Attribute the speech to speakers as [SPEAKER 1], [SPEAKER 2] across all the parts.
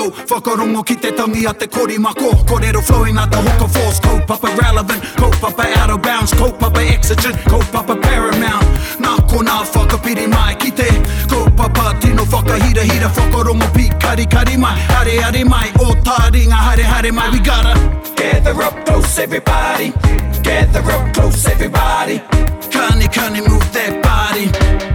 [SPEAKER 1] Whakarongo ki te tangi a te korimako Korero flowing at the hooker force Kaupapa relevant, kaupapa out of bounds Kaupapa exigent, kaupapa paramount Nā ko nā whakapiri mai ki te Kaupapa tino whakahira hira Whakarongo pi kari kari mai Hare hare mai, o tā ringa hare hare mai We gotta
[SPEAKER 2] Gather up close, everybody. Gather up close, everybody.
[SPEAKER 1] Kani kani move that body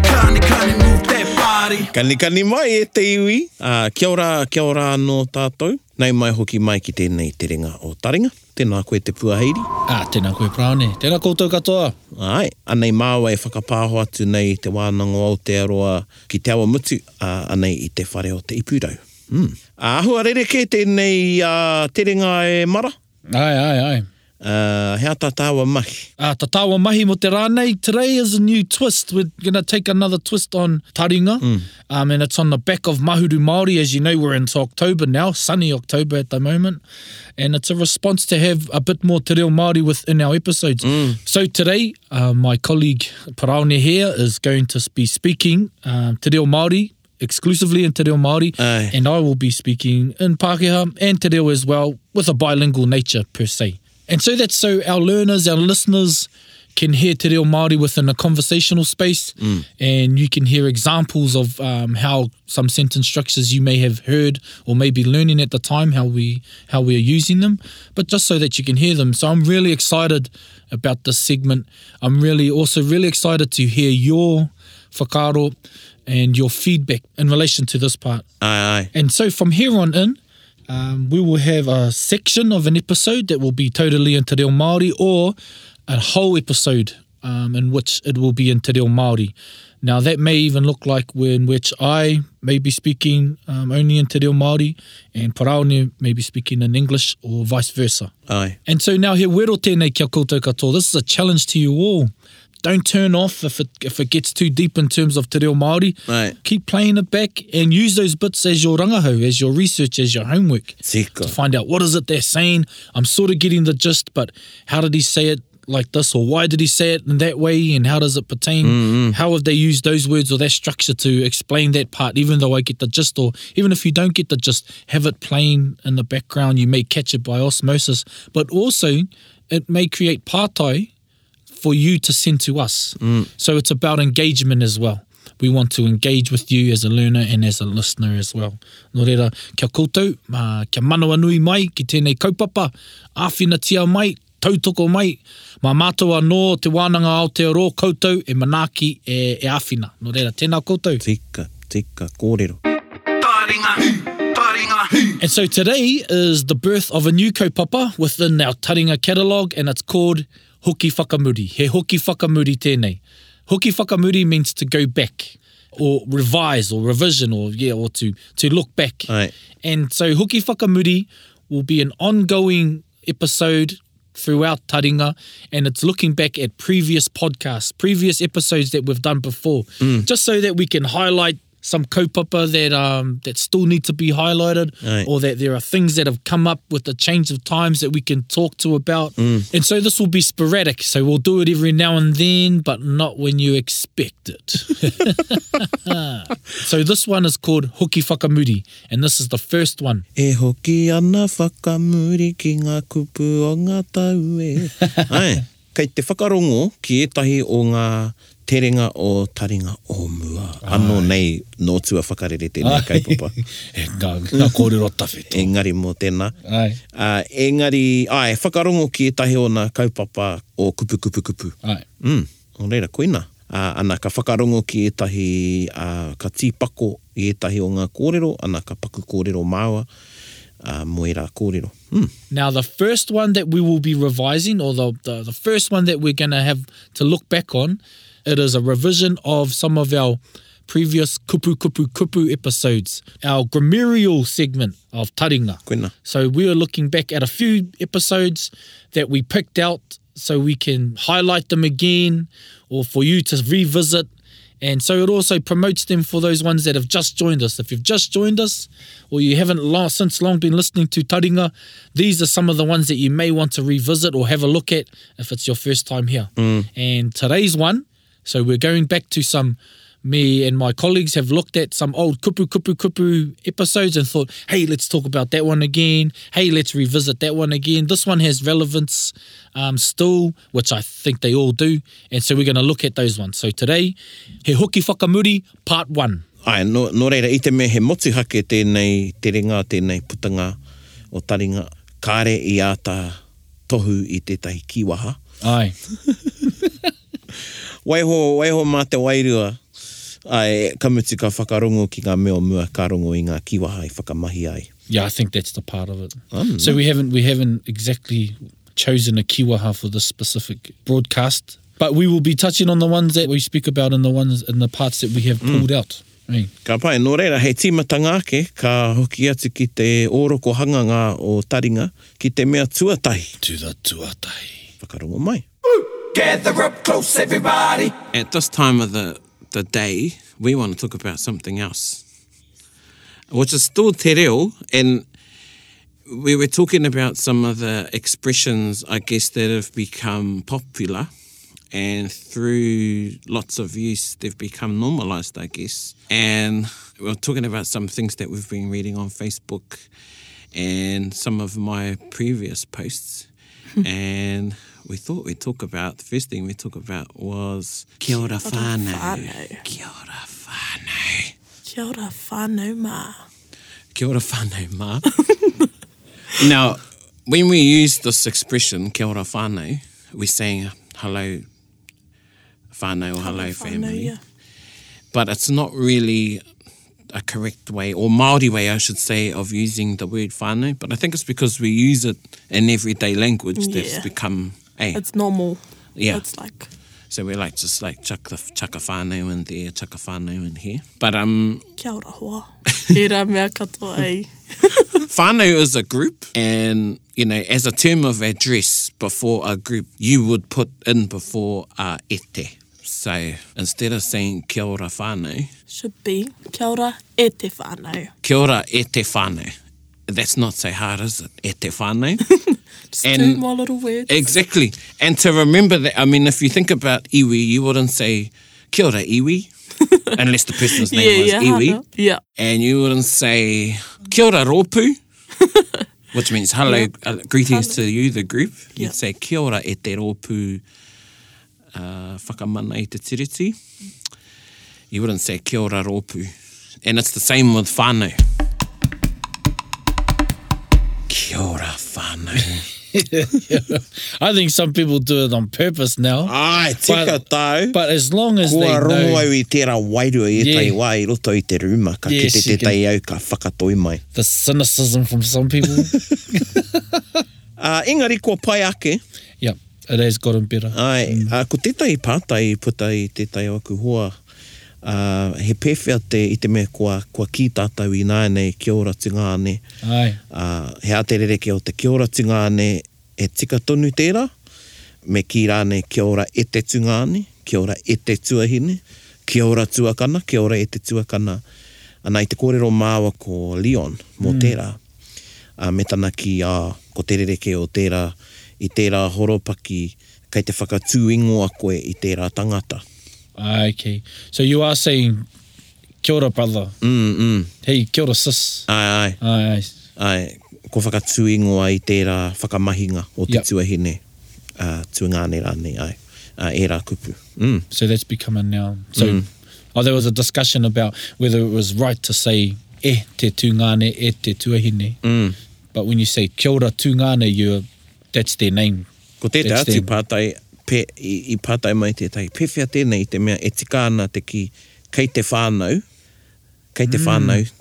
[SPEAKER 1] Kani kani move that body
[SPEAKER 3] Kanikani mai e te iwi. Uh, kia ora, kia ora anō tātou. Nei mai hoki mai ki tēnei te renga o taringa. Tēnā koe te puaheiri.
[SPEAKER 4] Ah, tēnā koe praone. Tēnā koutou katoa.
[SPEAKER 3] Ai, anei māua e whakapāho atu nei te wānango Aotearoa ki te awa mutu uh, anei i te whare o te ipurau. Mm. Uh, ahua rere ke tēnei uh, te renga e mara.
[SPEAKER 4] Ai, ai, ai.
[SPEAKER 3] Uh, hea tātāua mahi.
[SPEAKER 4] Ah, tā tāua mahi mo te rānei. Today is a new twist. We're going to take another twist on taringa. Mm. Um, and it's on the back of Mahuru Māori. As you know, we're into October now, sunny October at the moment. And it's a response to have a bit more te reo Māori within our episodes. Mm. So today, uh, my colleague Paraone here is going to be speaking um, te reo Māori exclusively in te reo Māori.
[SPEAKER 3] Aye.
[SPEAKER 4] And I will be speaking in Pākehā and te reo as well with a bilingual nature per se. And so that's so our learners, our listeners can hear te reo Māori within a conversational space and you can hear examples of um, how some sentence structures you may have heard or maybe learning at the time how we how we are using them but just so that you can hear them so I'm really excited about this segment I'm really also really excited to hear your whakaro and your feedback in relation to this part
[SPEAKER 3] Ai, ai.
[SPEAKER 4] and so from here on in, um, we will have a section of an episode that will be totally in Te Reo Māori or a whole episode um, in which it will be in Te Reo Māori. Now that may even look like when which I may be speaking um, only in Te Reo Māori and Paraone may be speaking in English or vice versa.
[SPEAKER 3] Ai.
[SPEAKER 4] And so now here, wero tēnei kia koutou katoa. This is a challenge to you all. Don't turn off if it if it gets too deep in terms of te reo Māori.
[SPEAKER 3] Right.
[SPEAKER 4] Keep playing it back and use those bits as your rangahau, as your research, as your homework.
[SPEAKER 3] Tika.
[SPEAKER 4] To find out what is it they're saying. I'm sort of getting the gist, but how did he say it like this or why did he say it in that way and how does it pertain? How have they used those words or that structure to explain that part, even though I get the gist or even if you don't get the gist, have it playing in the background. You may catch it by osmosis, but also it may create partai for you to send to us. So it's about engagement as well. We want to engage with you as a learner and as a listener as well. Nō reira, kia koutou, uh, kia manawa nui mai ki tēnei kaupapa, āwhina tia mai, tautoko mai, mā mātua nō te wānanga Aotearoa koutou e manaki e, e āwhina. Nō reira, tēnā koutou.
[SPEAKER 3] Tika, tika, kōrero.
[SPEAKER 1] Taringa, taringa
[SPEAKER 4] And so today is the birth of a new kaupapa within our Taringa catalogue and it's called Hoki Whakamuri. He Hoki Whakamuri tēnei. Hoki Whakamuri means to go back or revise or revision or yeah or to to look back.
[SPEAKER 3] Ai.
[SPEAKER 4] And so Hoki Whakamuri will be an ongoing episode throughout Taringa and it's looking back at previous podcasts, previous episodes that we've done before, just so that we can highlight some kaupapa that um that still need to be highlighted
[SPEAKER 3] Aye.
[SPEAKER 4] or that there are things that have come up with the change of times that we can talk to about. And so this will be sporadic. So we'll do it every now and then, but not when you expect it. So this one is called Hoki Whakamuri, and this is the first one.
[SPEAKER 3] E hoki ana whakamuri ki ngā kupu o ngā tau e. Ai, kei te whakarongo ki etahi o ngā terenga o taringa o mua. Anō nei, nō tua whakarere tēnei kaipapa.
[SPEAKER 4] e, ngā, ngā kōrero tawhetō.
[SPEAKER 3] Engari mō tēnā.
[SPEAKER 4] Ai,
[SPEAKER 3] Uh, engari, ai, whakarongo ki etahi o ngā kaupapa o kupu kupu kupu.
[SPEAKER 4] ai.
[SPEAKER 3] Mm, o reira, koina. Uh, ana ka whakarongo ki etahi, uh, ka tīpako i etahi o ngā kōrero, ana ka paku kōrero māua, uh, moira kōrero. Mm.
[SPEAKER 4] Now the first one that we will be revising, or the, the, the first one that we're going to have to look back on, it is a revision of some of our previous kupu kupu kupu episodes, our grammarial segment of taringa.
[SPEAKER 3] Koina.
[SPEAKER 4] So we are looking back at a few episodes that we picked out so we can highlight them again or for you to revisit. And so it also promotes them for those ones that have just joined us. If you've just joined us or you haven't long, since long been listening to Taringa, these are some of the ones that you may want to revisit or have a look at if it's your first time here. And today's one, so we're going back to some me and my colleagues have looked at some old kupu kupu kupu episodes and thought, hey, let's talk about that one again. Hey, let's revisit that one again. This one has relevance um, still, which I think they all do. And so we're going to look at those ones. So today, He Hoki Whakamuri, Part 1.
[SPEAKER 3] Ai, no, no reira, i te mea he motuhake tēnei, te renga tēnei putanga o taringa, kāre i āta tohu i tētahi kiwaha.
[SPEAKER 4] Ai.
[SPEAKER 3] Waiho, waiho mā te wairua, ai, ka mutu ka whakarongo ki ngā mea o mua ka rongo i ngā kiwaha i whakamahi ai.
[SPEAKER 4] Yeah, I think that's the part of it.
[SPEAKER 3] Hmm.
[SPEAKER 4] so we haven't we haven't exactly chosen a kiwaha for this specific broadcast, but we will be touching on the ones that we speak about and the ones and the parts that we have
[SPEAKER 3] Hmm.
[SPEAKER 4] pulled out. Hey.
[SPEAKER 3] Ka pai, no reira, hei tīmatanga ake, ka hoki atu ki te ōroko hanganga o taringa, ki te mea tuatahi.
[SPEAKER 4] To the tuatai.
[SPEAKER 3] Whakarongo mai.
[SPEAKER 2] Gather up close, everybody.
[SPEAKER 5] at this time of the, the day, we want to talk about something else, which is still te reo. And we were talking about some of the expressions, I guess, that have become popular. And through lots of use, they've become normalized, I guess. And we are talking about some things that we've been reading on Facebook and some of my previous posts. and we thought we'd talk about the first thing we talk about was Kia ora whānau.
[SPEAKER 6] whānau.
[SPEAKER 5] Kia ora whānau.
[SPEAKER 6] Kia ora whānau mā.
[SPEAKER 5] Kia ora whānau, mā. now, when we use this expression, kia ora whānau, we're saying hello whānau or hello, family.
[SPEAKER 6] yeah.
[SPEAKER 5] But it's not really a correct way, or Māori way, I should say, of using the word whānau. But I think it's because we use it in everyday language that's
[SPEAKER 6] Yeah.
[SPEAKER 5] become, eh?
[SPEAKER 6] It's normal.
[SPEAKER 5] Yeah.
[SPEAKER 6] It's like,
[SPEAKER 5] so we like just like chuck the chuck a whānau in there, chuck a whānau in here. But um,
[SPEAKER 6] kia ora hoa. E rā mea katoa ei.
[SPEAKER 5] Whānau is a group, and you know, as a term of address before a group, you would put in before uh, ete. So instead of saying kia ora whānau,
[SPEAKER 6] Should be. Kia ora e te whānau.
[SPEAKER 5] kia ora ete whānau. That's not so hard, is it? Ete whānau.
[SPEAKER 6] Just
[SPEAKER 5] And-
[SPEAKER 6] two more little words.
[SPEAKER 5] exactly. And to remember that, I mean, if you think about iwi, you wouldn't say kia ora iwi, unless the person's name was
[SPEAKER 6] yeah, Uh-huh.
[SPEAKER 5] iwi.
[SPEAKER 6] hana. Yeah.
[SPEAKER 5] and you wouldn't say kia ora rōpū, which means hello, uh, greetings to you, the group. You'd
[SPEAKER 6] Yeah.
[SPEAKER 5] say kia ora e te rōpū uh, whakamana i te tiriti. You wouldn't say kia ora rōpū. And it's the same with whānau. Kia ora whānau.
[SPEAKER 4] I think some people do it on purpose now.
[SPEAKER 3] Ai, tika
[SPEAKER 4] But-
[SPEAKER 3] tau.
[SPEAKER 4] But as long as they
[SPEAKER 3] Ah. Kua rongo
[SPEAKER 4] know
[SPEAKER 3] au i tērā wairua i yeah. tai
[SPEAKER 4] Yeah.
[SPEAKER 3] wā i roto i te rūma, ka yes,
[SPEAKER 4] Yes,
[SPEAKER 3] kite te
[SPEAKER 4] you can-
[SPEAKER 3] tai au ka whakatoi mai.
[SPEAKER 4] the cynicism from some people,
[SPEAKER 3] Uh, engari, kua pai ake,
[SPEAKER 4] yeah, it has gotten better.
[SPEAKER 3] ai, mm. uh, ko tētai pātai i puta i tētai o aku hoa, uh, he pēwhia te i te mea kua, kua ki tātau i nāenei, kia ora tingāne,
[SPEAKER 4] Aye.
[SPEAKER 3] uh, he aterereke o te kia ora tingāne, e tika tonu tērā, me ki rāne kia ora e te tungāne, kia ora e te tuahine, kia ora tuakana, kia ora e te tuakana. Ana i te kōrero māua ko Leon mō mm. tērā, a me tana ki a ko terereke o tērā, i tērā horopaki, kei te whakatū ingoa koe i tērā tangata.
[SPEAKER 4] Aye, okay. So you are saying kia ora brother.
[SPEAKER 3] Mm, mm.
[SPEAKER 4] Hey, kia ora sis.
[SPEAKER 3] Ai, ai,
[SPEAKER 4] Aye, aye.
[SPEAKER 3] ai, ko whakatū ingoa i tērā whakamahinga o te yep.
[SPEAKER 4] Yep.
[SPEAKER 3] tuahine uh, tuangāne rāne ai, uh, e rā kupu. Mm.
[SPEAKER 4] So that's become a noun. So oh, there was a discussion about whether it was right to say e te tūngāne, e te tuahine.
[SPEAKER 3] Mm.
[SPEAKER 4] But when you say kia ora tūngāne, you're, that's their name.
[SPEAKER 3] Ko te te
[SPEAKER 4] That's
[SPEAKER 3] atu
[SPEAKER 4] them.
[SPEAKER 3] pātai, pe, i, i pātai mai te tai, pewhia tēnei i te mea e tika ana te ki, kei te whānau, kei te mm. whānau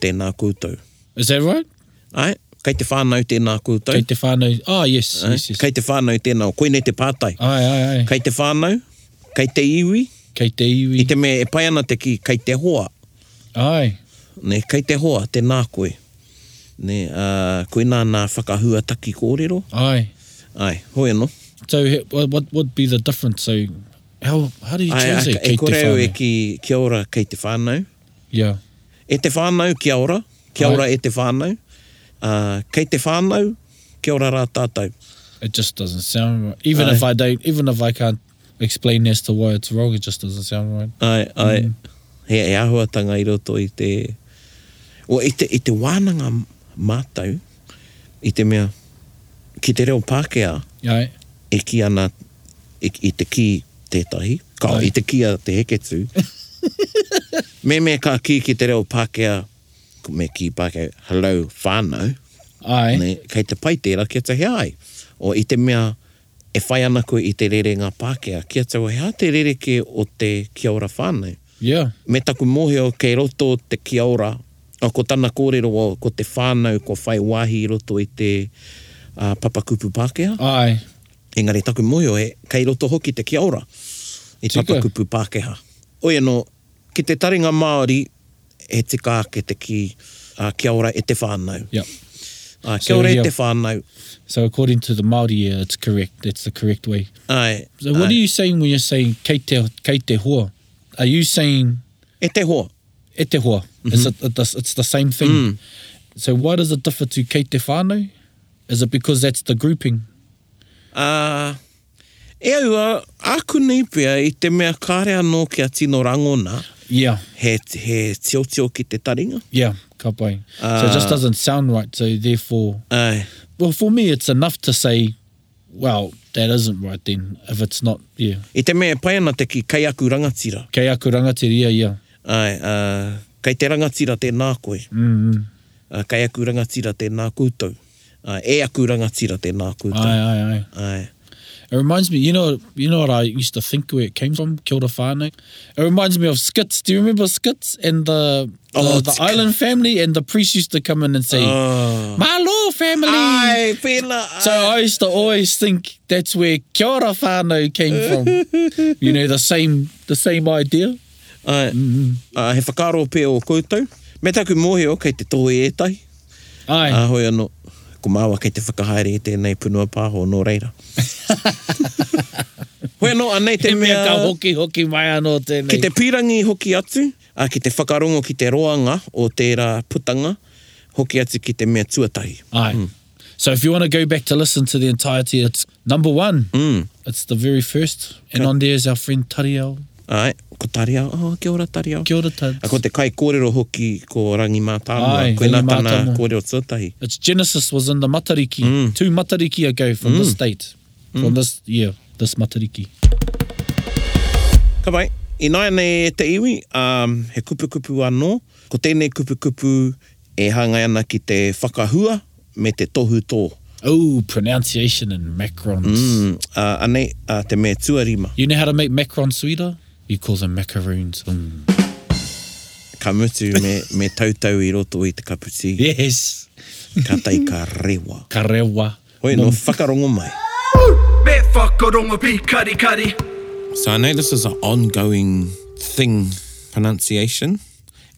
[SPEAKER 3] tēnā koutou.
[SPEAKER 4] Is that right?
[SPEAKER 3] Ai, kei te whānau tēnā koutou.
[SPEAKER 4] Kei te whānau. Oh, yes,
[SPEAKER 3] ai,
[SPEAKER 4] yes, yes.
[SPEAKER 3] Uh, kei te whānau tēnā, koe nei te pātai.
[SPEAKER 4] Ai, ai, ai. Kei,
[SPEAKER 3] Kei te whānau, kei te iwi,
[SPEAKER 4] kei te
[SPEAKER 3] i
[SPEAKER 4] iwi.
[SPEAKER 3] te mea e pai ana te ki, kei te hoa.
[SPEAKER 4] Ai.
[SPEAKER 3] ne, kei te hoa, te nā koe. Ne, uh, koe nā nā whakahua taki kōrero.
[SPEAKER 4] Ai.
[SPEAKER 3] Ai, hoi anō.
[SPEAKER 4] So he- what, what would be the difference? So how how do you
[SPEAKER 3] Ai, ai,
[SPEAKER 4] translate
[SPEAKER 3] e
[SPEAKER 4] kei te
[SPEAKER 3] koreo e
[SPEAKER 4] whānau?
[SPEAKER 3] ki, kia ora kei te whānau.
[SPEAKER 4] Yeah.
[SPEAKER 3] E te whānau, kia ora. Kia
[SPEAKER 4] Ai.
[SPEAKER 3] ora e te whānau. Uh, kei te whānau, kia ora rā tātou.
[SPEAKER 4] It just doesn't sound right. Even
[SPEAKER 3] Aye.
[SPEAKER 4] if I don't, even if I can't explain as to why it's wrong. It just doesn't sound right.
[SPEAKER 3] Ai, ai. Mm. He e ahuatanga i roto i te... O, i te, i te wānanga mātau, i te mea, ki te reo Pākehā,
[SPEAKER 4] Ai,
[SPEAKER 3] e ki ana, e, i te ki tētahi, ka,
[SPEAKER 4] Ai.
[SPEAKER 3] i te kia te heketū. me me ka ki ki te reo Pākehā, me ki Pākehā, hello, whānau,
[SPEAKER 4] ai,
[SPEAKER 3] ne, kei te pai tērā kia te hea ai. O i te mea, e whai ana koe i te rere ngā Pākehā, kia te wai, hea te rere ke o te kia ora whānau
[SPEAKER 4] yeah,
[SPEAKER 3] me taku mōhio kei roto te kia ora, o ko tana kōrero o ko te whānau, ko whai wāhi i roto i te uh, papakupu Pākehā.
[SPEAKER 4] ai,
[SPEAKER 3] Engari taku mōhio e kei roto hoki te kia ora i
[SPEAKER 4] Tika.
[SPEAKER 3] papakupu Pākehā. Oia no, ki te taringa Māori, e tika ake te ki, uh, kia ora e te whānau.
[SPEAKER 4] yeah.
[SPEAKER 3] Uh, kia
[SPEAKER 4] So,
[SPEAKER 3] ora e
[SPEAKER 4] yeah.
[SPEAKER 3] te whānau.
[SPEAKER 4] So according to the Maori, uh, it's correct. That's the correct way.
[SPEAKER 3] Ai,
[SPEAKER 4] So what
[SPEAKER 3] ai.
[SPEAKER 4] are you saying when you're saying kei te, kei te hoa? Are you saying
[SPEAKER 3] E te hoa.
[SPEAKER 4] e te hoa? Is it, it, it's it's the same thing. So why does it differ to kei te whānau? Is it because that's the grouping?
[SPEAKER 3] Uh, e aua, aku nei pia i te mea kārea nō kia tino rangona.
[SPEAKER 4] Yeah,
[SPEAKER 3] he, he tio tio ki te taringa.
[SPEAKER 4] yeah, ka pai. so it just
[SPEAKER 3] Ah.
[SPEAKER 4] doesn't sound right. So therefore,
[SPEAKER 3] Ai,
[SPEAKER 4] well, for me, it's enough to say, well, that isn't right then. If it's not, yeah.
[SPEAKER 3] I te mea e pai ana te ki kei aku rangatira.
[SPEAKER 4] Kei aku rangatiri, yeah, yeah.
[SPEAKER 3] Ai, uh, kei te rangatira tēnā koe.
[SPEAKER 4] Mm-hmm.
[SPEAKER 3] Uh, kei aku rangatira tēnā koutou. Uh, e aku rangatira tēnā
[SPEAKER 4] Aye,
[SPEAKER 3] koutou.
[SPEAKER 4] aye, aye.
[SPEAKER 3] Ai.
[SPEAKER 4] It reminds me, you know, you know what I used to think where it came from, Kia ora whānau. It reminds me of Skits. Do you remember Skits and the the,
[SPEAKER 3] Oh,
[SPEAKER 4] the
[SPEAKER 3] Skits.
[SPEAKER 4] Island family? And the priest used to come in and say,
[SPEAKER 3] Oh.
[SPEAKER 4] "Malo family."
[SPEAKER 3] Ai, pēla.
[SPEAKER 4] So I used to always think that's where Kia ora whānau came from. you know, the same the same idea.
[SPEAKER 3] Ai,
[SPEAKER 4] Mm,
[SPEAKER 3] uh, he whakaro pē o koutou. Me taku mōhio kei te tō e ētai.
[SPEAKER 4] Aye.
[SPEAKER 3] A hoi anō, ko māua kei te whakahaere e tēnei punua pāho nō reira. hoi anō, anei te
[SPEAKER 4] Te mea
[SPEAKER 3] mea...
[SPEAKER 4] ka hoki hoki mai anō tēnei.
[SPEAKER 3] Ki te pirangi hoki atu, a ki te whakarongo ki te roanga o tērā putanga, hoki atu ki te mea tuatahi.
[SPEAKER 4] Aye. So if you want to go back to listen to the entirety, it's number one.
[SPEAKER 3] Mm,
[SPEAKER 4] It's the very first. And on there is our friend Tariao.
[SPEAKER 3] Ai, ko tariao, oh, kia ora tariao.
[SPEAKER 4] Kia ora Tad.
[SPEAKER 3] A ko te kai kōrero hoki ko rangi
[SPEAKER 4] Ai,
[SPEAKER 3] mātāmua, koe nā
[SPEAKER 4] rangi
[SPEAKER 3] tāna
[SPEAKER 4] mātāmua.
[SPEAKER 3] kōrero tuatahi.
[SPEAKER 4] Its genesis was in the Matariki, two Matariki ago from this date, from this year, this Matariki.
[SPEAKER 3] Ka pai, i nāia nei e te iwi, um, he kupukupu anō, ko tēnei kupukupu e hangai ana ki te whakahua me te tohu tō.
[SPEAKER 4] Oh, pronunciation and macrons.
[SPEAKER 3] Mm, uh, anei, uh, te mea tuarima.
[SPEAKER 4] You know how to make macron sweeter? You call them macaroons. Mm.
[SPEAKER 3] Ka mutu me, me tautau i roto i te kaputi.
[SPEAKER 4] Yes.
[SPEAKER 3] ka tai ka rewa.
[SPEAKER 4] Karewa.
[SPEAKER 3] Hoi no whakarongo mai.
[SPEAKER 1] Me whakarongo pi kari kari.
[SPEAKER 5] So I know this is an ongoing thing, pronunciation,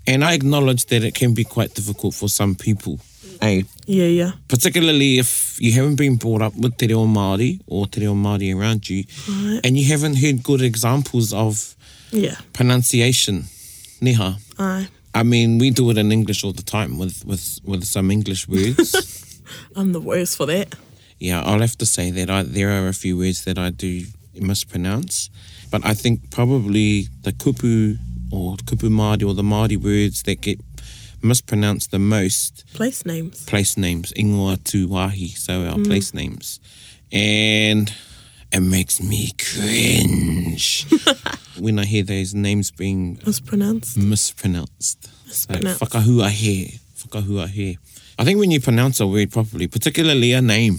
[SPEAKER 5] and I acknowledge that it can be quite difficult for some people. Hey,
[SPEAKER 6] Yeah, yeah.
[SPEAKER 5] particularly if you haven't been brought up with te reo Māori or te reo Māori around you, and you haven't heard good examples of
[SPEAKER 6] Yeah.
[SPEAKER 5] pronunciation. Neha.
[SPEAKER 6] I,
[SPEAKER 5] I mean, we do it in English all the time with, with, with some English words.
[SPEAKER 6] I'm the worst for that.
[SPEAKER 5] yeah, I'll have to say that I, there are a few words that I do mispronounce, but I think probably the kupu or kupu Māori or the Māori words that get mispronounced the most
[SPEAKER 6] Place names.
[SPEAKER 5] place names, ingoa to wahi, so our place names. And it makes me cringe when I hear those names being
[SPEAKER 6] It's pronounced.
[SPEAKER 5] mispronounced.
[SPEAKER 6] Mispronounced.
[SPEAKER 5] Like, whakahuahe, whakahuahe. I think when you pronounce a word properly, particularly a name,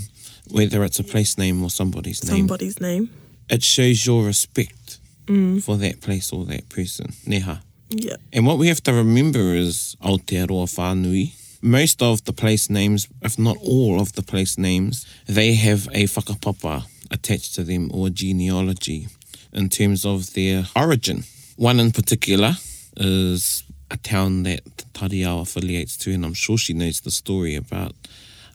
[SPEAKER 5] whether it's a place name or somebody's name,
[SPEAKER 6] Somebody's name.
[SPEAKER 5] it shows your respect for that place or that person. Neha.
[SPEAKER 6] Yeah.
[SPEAKER 5] And what we have to remember is Aotearoa Whanui. Most of the place names, if not all of the place names, they have a whakapapa attached to them or genealogy in terms of their origin. One in particular is a town that Tariao affiliates to, and I'm sure she knows the story about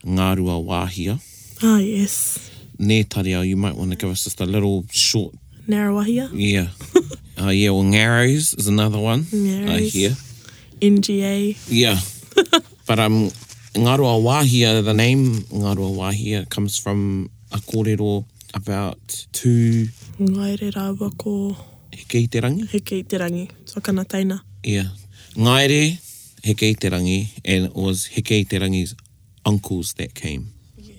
[SPEAKER 5] Ngārua Wāhia.
[SPEAKER 6] Ah, yes.
[SPEAKER 5] Ne Tariao, you might want to give us just a little short
[SPEAKER 6] Narawahia.
[SPEAKER 5] yeah. uh, yeah, well, Narrows is another one. uh, I
[SPEAKER 6] Narrows.
[SPEAKER 5] hear.
[SPEAKER 6] NGA.
[SPEAKER 5] Yeah. but um, Ngarua
[SPEAKER 3] uh,
[SPEAKER 5] Wahia, the name Ngarua Wahia comes from a kōrero about two
[SPEAKER 6] Ngaere rāua ko
[SPEAKER 3] Heke i te rangi?
[SPEAKER 6] heke i te rangi. Whakana taina.
[SPEAKER 3] Yeah. Ngaere, Heke i te rangi, and it was Heke i te rangi's uncles that came,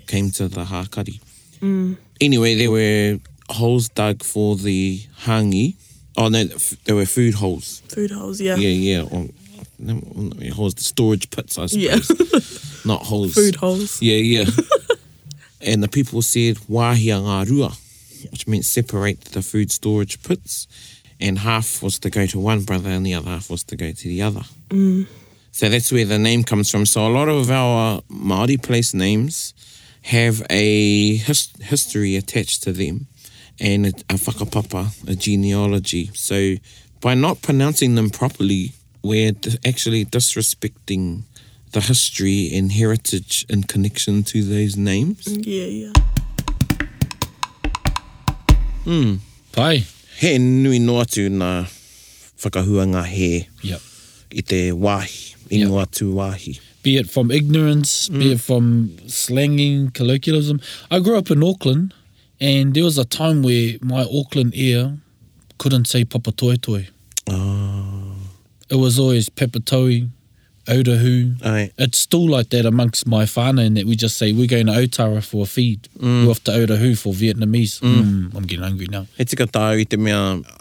[SPEAKER 3] came to the Hakari.
[SPEAKER 6] Mm.
[SPEAKER 3] Anyway, there were holes dug for the hangi. Oh no, f- there were food holes.
[SPEAKER 6] Food holes, yeah.
[SPEAKER 3] Yeah, yeah. Or, no, no, holes, the storage pits, I suppose.
[SPEAKER 6] Yeah.
[SPEAKER 3] Not holes.
[SPEAKER 6] Food holes.
[SPEAKER 3] Yeah, yeah. and the people said, wāhia ngā rua, which meant separate the food storage pits, and half was to go to one brother and the other half was to go to the other. Mm. So that's where the name comes from. So a lot of our Māori place names have a his- history attached to them and a, a whakapapa, a genealogy. So by not pronouncing them properly, we're d- actually disrespecting the history and heritage in connection to those names.
[SPEAKER 6] Yeah, yeah.
[SPEAKER 4] Pai.
[SPEAKER 3] He nui no atu nā whakahuanga he
[SPEAKER 4] Yep.
[SPEAKER 3] i te wāhi, i
[SPEAKER 4] Yep.
[SPEAKER 3] no atu wāhi.
[SPEAKER 4] be it from ignorance, be it from slanging, colloquialism. I grew up in Auckland, and there was a time where my Auckland ear couldn't say papatoetoe.
[SPEAKER 3] Ah,
[SPEAKER 4] It was always pepatoe, otahu.
[SPEAKER 3] Ai,
[SPEAKER 4] It's still like that amongst my whānau in that we just say, we're going to Otara for a feed. We're off to Otahu for Vietnamese. Mm. I'm getting hungry now.
[SPEAKER 3] he tika tāu i te mea,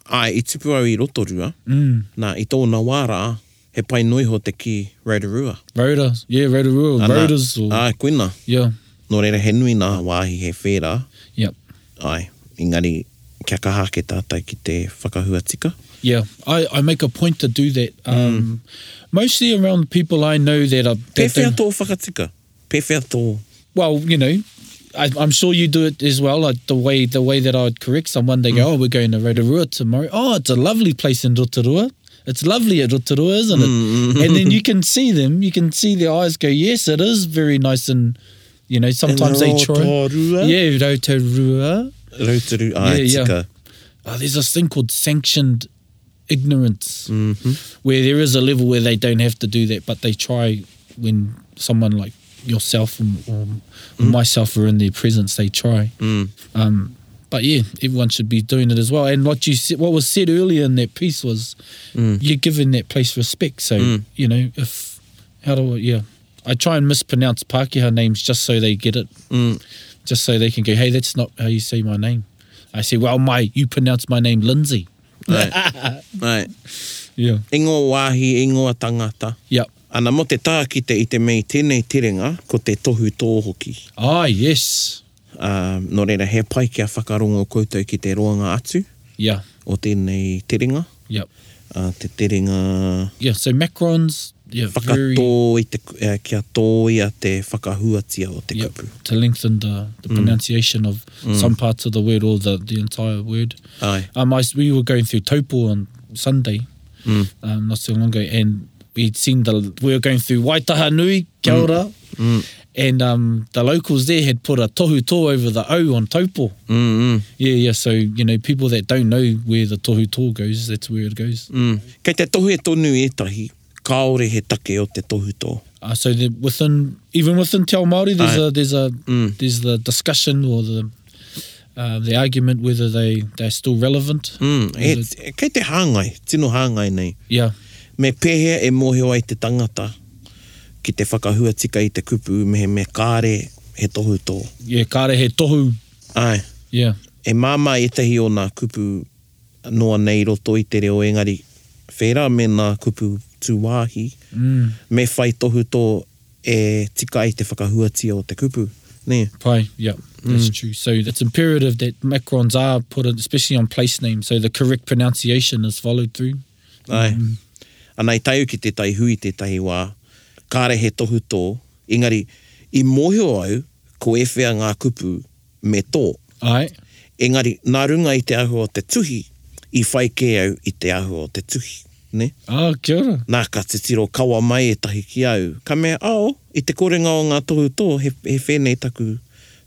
[SPEAKER 3] ai, i tipu au i rotorua, mm. nā i tōna wāra, he pai noiho te ki Rotorua.
[SPEAKER 4] Rota, yeah, Rotorua,
[SPEAKER 3] Ana-
[SPEAKER 4] Rotas. Or,
[SPEAKER 3] Ai, kuina.
[SPEAKER 4] yeah,
[SPEAKER 3] Nō reira, he nui nā wāhi he whērā.
[SPEAKER 4] yep.
[SPEAKER 3] Ai, engari, kia kaha ke tātai ki te whakahuatika.
[SPEAKER 4] Yeah, I, I make a point to do that. Um, Mostly around people I know that are. That
[SPEAKER 3] Pewhia
[SPEAKER 4] do,
[SPEAKER 3] tō whakatika. Pewhia tō.
[SPEAKER 4] well, you know, I, I'm sure you do it as well. Like the way the way that I would correct someone, they go, "Oh, we're going to Rotorua tomorrow. Oh, it's a lovely place in Rotorua. It's lovely at Rotorua, isn't it?" And then you can see them. You can see their eyes go, "Yes, it is very nice." And you know, sometimes they try.
[SPEAKER 3] Rotorua.
[SPEAKER 4] Yeah, Rotorua.
[SPEAKER 3] Rauturu ai
[SPEAKER 4] Yeah, yeah.
[SPEAKER 3] tika.
[SPEAKER 4] uh, there's this thing called sanctioned ignorance, where there is a level where they don't have to do that, but they try when someone like yourself and, or myself are in their presence, they try. Um, but yeah, everyone should be doing it as well. And what you said, what was said earlier in that piece was, you're giving that place respect. So you know, if how do I, yeah, I try and mispronounce Pākehā names just so they get it,
[SPEAKER 3] Mm.
[SPEAKER 4] just so they can go, hey, that's not how you say my name. I say, well, my you pronounce my name Lindsay.
[SPEAKER 3] Ai.
[SPEAKER 4] Yeah.
[SPEAKER 3] Ingo wāhi, ingo a tangata.
[SPEAKER 4] Yep.
[SPEAKER 3] Ana mo te tākite i te mei tēnei terenga ko te tohu tōhoki.
[SPEAKER 4] Ah, yes.
[SPEAKER 3] Um, nō reira, he pai kia whakarongo koutou ki te roanga atu
[SPEAKER 4] Yeah.
[SPEAKER 3] o tēnei terenga.
[SPEAKER 4] Yep.
[SPEAKER 3] Uh, te terenga
[SPEAKER 4] Yeah. So macrons. Yeah. Very.
[SPEAKER 3] whakatō i te, uh, kia tō ia te whakahuatia o te
[SPEAKER 4] Yep.
[SPEAKER 3] kupu. Mm.
[SPEAKER 4] To lengthen the, the pronunciation of some parts of the word or the, the entire word.
[SPEAKER 3] Ai.
[SPEAKER 4] Um, I, we were going through Taupo on Sunday,
[SPEAKER 3] Mm.
[SPEAKER 4] um, not so long ago, and we'd seen the we were going through Waitaha Nui, Kia
[SPEAKER 3] Mm.
[SPEAKER 4] ora, and um, the locals there had put a tohu tō over the O on Taupo.
[SPEAKER 3] Mm, mm,
[SPEAKER 4] Yeah, yeah. So you know, people that don't know where the tohu tō goes, that's where it goes.
[SPEAKER 3] mm. Kei te tohu e tonu etahi, kaore he take o te tohu tō.
[SPEAKER 4] Uh, so the, within even within Te Ao Māori, there's
[SPEAKER 3] Aye.
[SPEAKER 4] a there's a
[SPEAKER 3] Mm.
[SPEAKER 4] there's the discussion or the uh, the argument whether they they're still relevant.
[SPEAKER 3] Mm, e,
[SPEAKER 4] Is
[SPEAKER 3] e- kei te hāngai, tino hāngai nei.
[SPEAKER 4] Yeah,
[SPEAKER 3] Me pēhea e mōheo ai te tangata ki te whakahuatika i te kupu me he me kāre he tohu tō.
[SPEAKER 4] yeah. Kāre he tohu.
[SPEAKER 3] Ai,
[SPEAKER 4] Yeah,
[SPEAKER 3] e māma e tehi o nā kupu noa nei roto i te reo engari. Whērā me nā kupu tūwāhi,
[SPEAKER 4] mm,
[SPEAKER 3] me whai tohu tō e tika i te whakahuatia o te kupu. Ne,
[SPEAKER 4] pai. Yeah,
[SPEAKER 3] Mm.
[SPEAKER 4] that's true. So it's imperative that macrons are put, in, especially on place names, so the correct pronunciation is followed through.
[SPEAKER 3] ai. Mm. Anai taiu ki te tai hui te tai wā, kāre he tohu tō, engari, i mōheo au, ko e whea ngā kupu me tō.
[SPEAKER 4] Aye.
[SPEAKER 3] Engari, nā runga i te ahu o te tuhi, i whai kē au i te ahu o te tuhi. Ne?
[SPEAKER 4] Ah, kia ora.
[SPEAKER 3] Nā ka te tiro kawa mai e tahi ki au. Ka mea ao, i te korenga o ngā tohu tō, he, he whenei taku,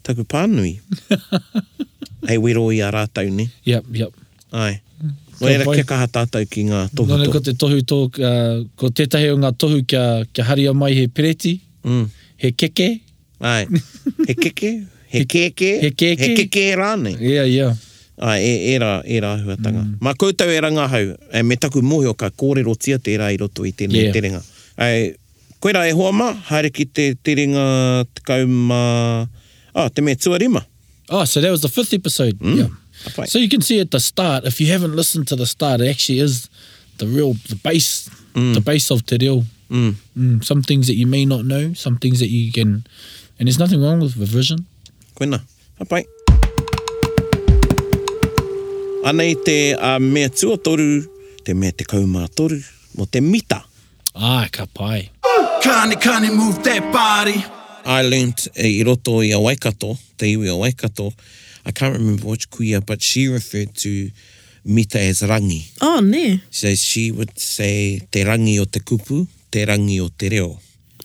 [SPEAKER 3] taku pānui. Hei wero i a rātau, ne?
[SPEAKER 4] Yep, yep.
[SPEAKER 3] Ai. Nō era
[SPEAKER 4] Mm. Ka pai.
[SPEAKER 3] kia kaha tātou ki ngā tohu
[SPEAKER 4] Nō nei, ko
[SPEAKER 3] tō.
[SPEAKER 4] te tohu tō, uh, ko tētahi o ngā tohu kia, kia haria mai he pereti,
[SPEAKER 3] Mm.
[SPEAKER 4] he keke.
[SPEAKER 3] Ai. He keke, he keke,
[SPEAKER 4] He keke.
[SPEAKER 3] he keke rānei.
[SPEAKER 4] Yeah, yeah.
[SPEAKER 3] A, e, e, rā, e rā huatanga. Mm. Mā koutou e rangahau, e me taku mōhio ka kōrero tia te rā i roto i tēnei
[SPEAKER 4] Yeah.
[SPEAKER 3] yeah. terenga. Ai, koe rā e hoa mā, haere ki te terenga te kauma... Ah, te me tuarima.
[SPEAKER 4] Oh, so that was the fifth episode. Yeah.
[SPEAKER 3] That's right.
[SPEAKER 4] So you can see at the start, if you haven't listened to the start, it actually is the real the base the base of Te Reo.
[SPEAKER 3] Mm.
[SPEAKER 4] Mm, some things that you may not know, some things that you can and there's nothing wrong with revision.
[SPEAKER 3] Koena, hapai. Anei te a mea tuatoru, te mea te kaumā toru, mo te mita.
[SPEAKER 4] Ah, ka pai.
[SPEAKER 1] Kani kani move that body.
[SPEAKER 3] I learnt e i roto i a Waikato, te iwi a Waikato, I can't remember which kuia, but she referred to mita as rangi.
[SPEAKER 6] Oh, ne.
[SPEAKER 3] So she would say te rangi o te kupu, te rangi o te reo.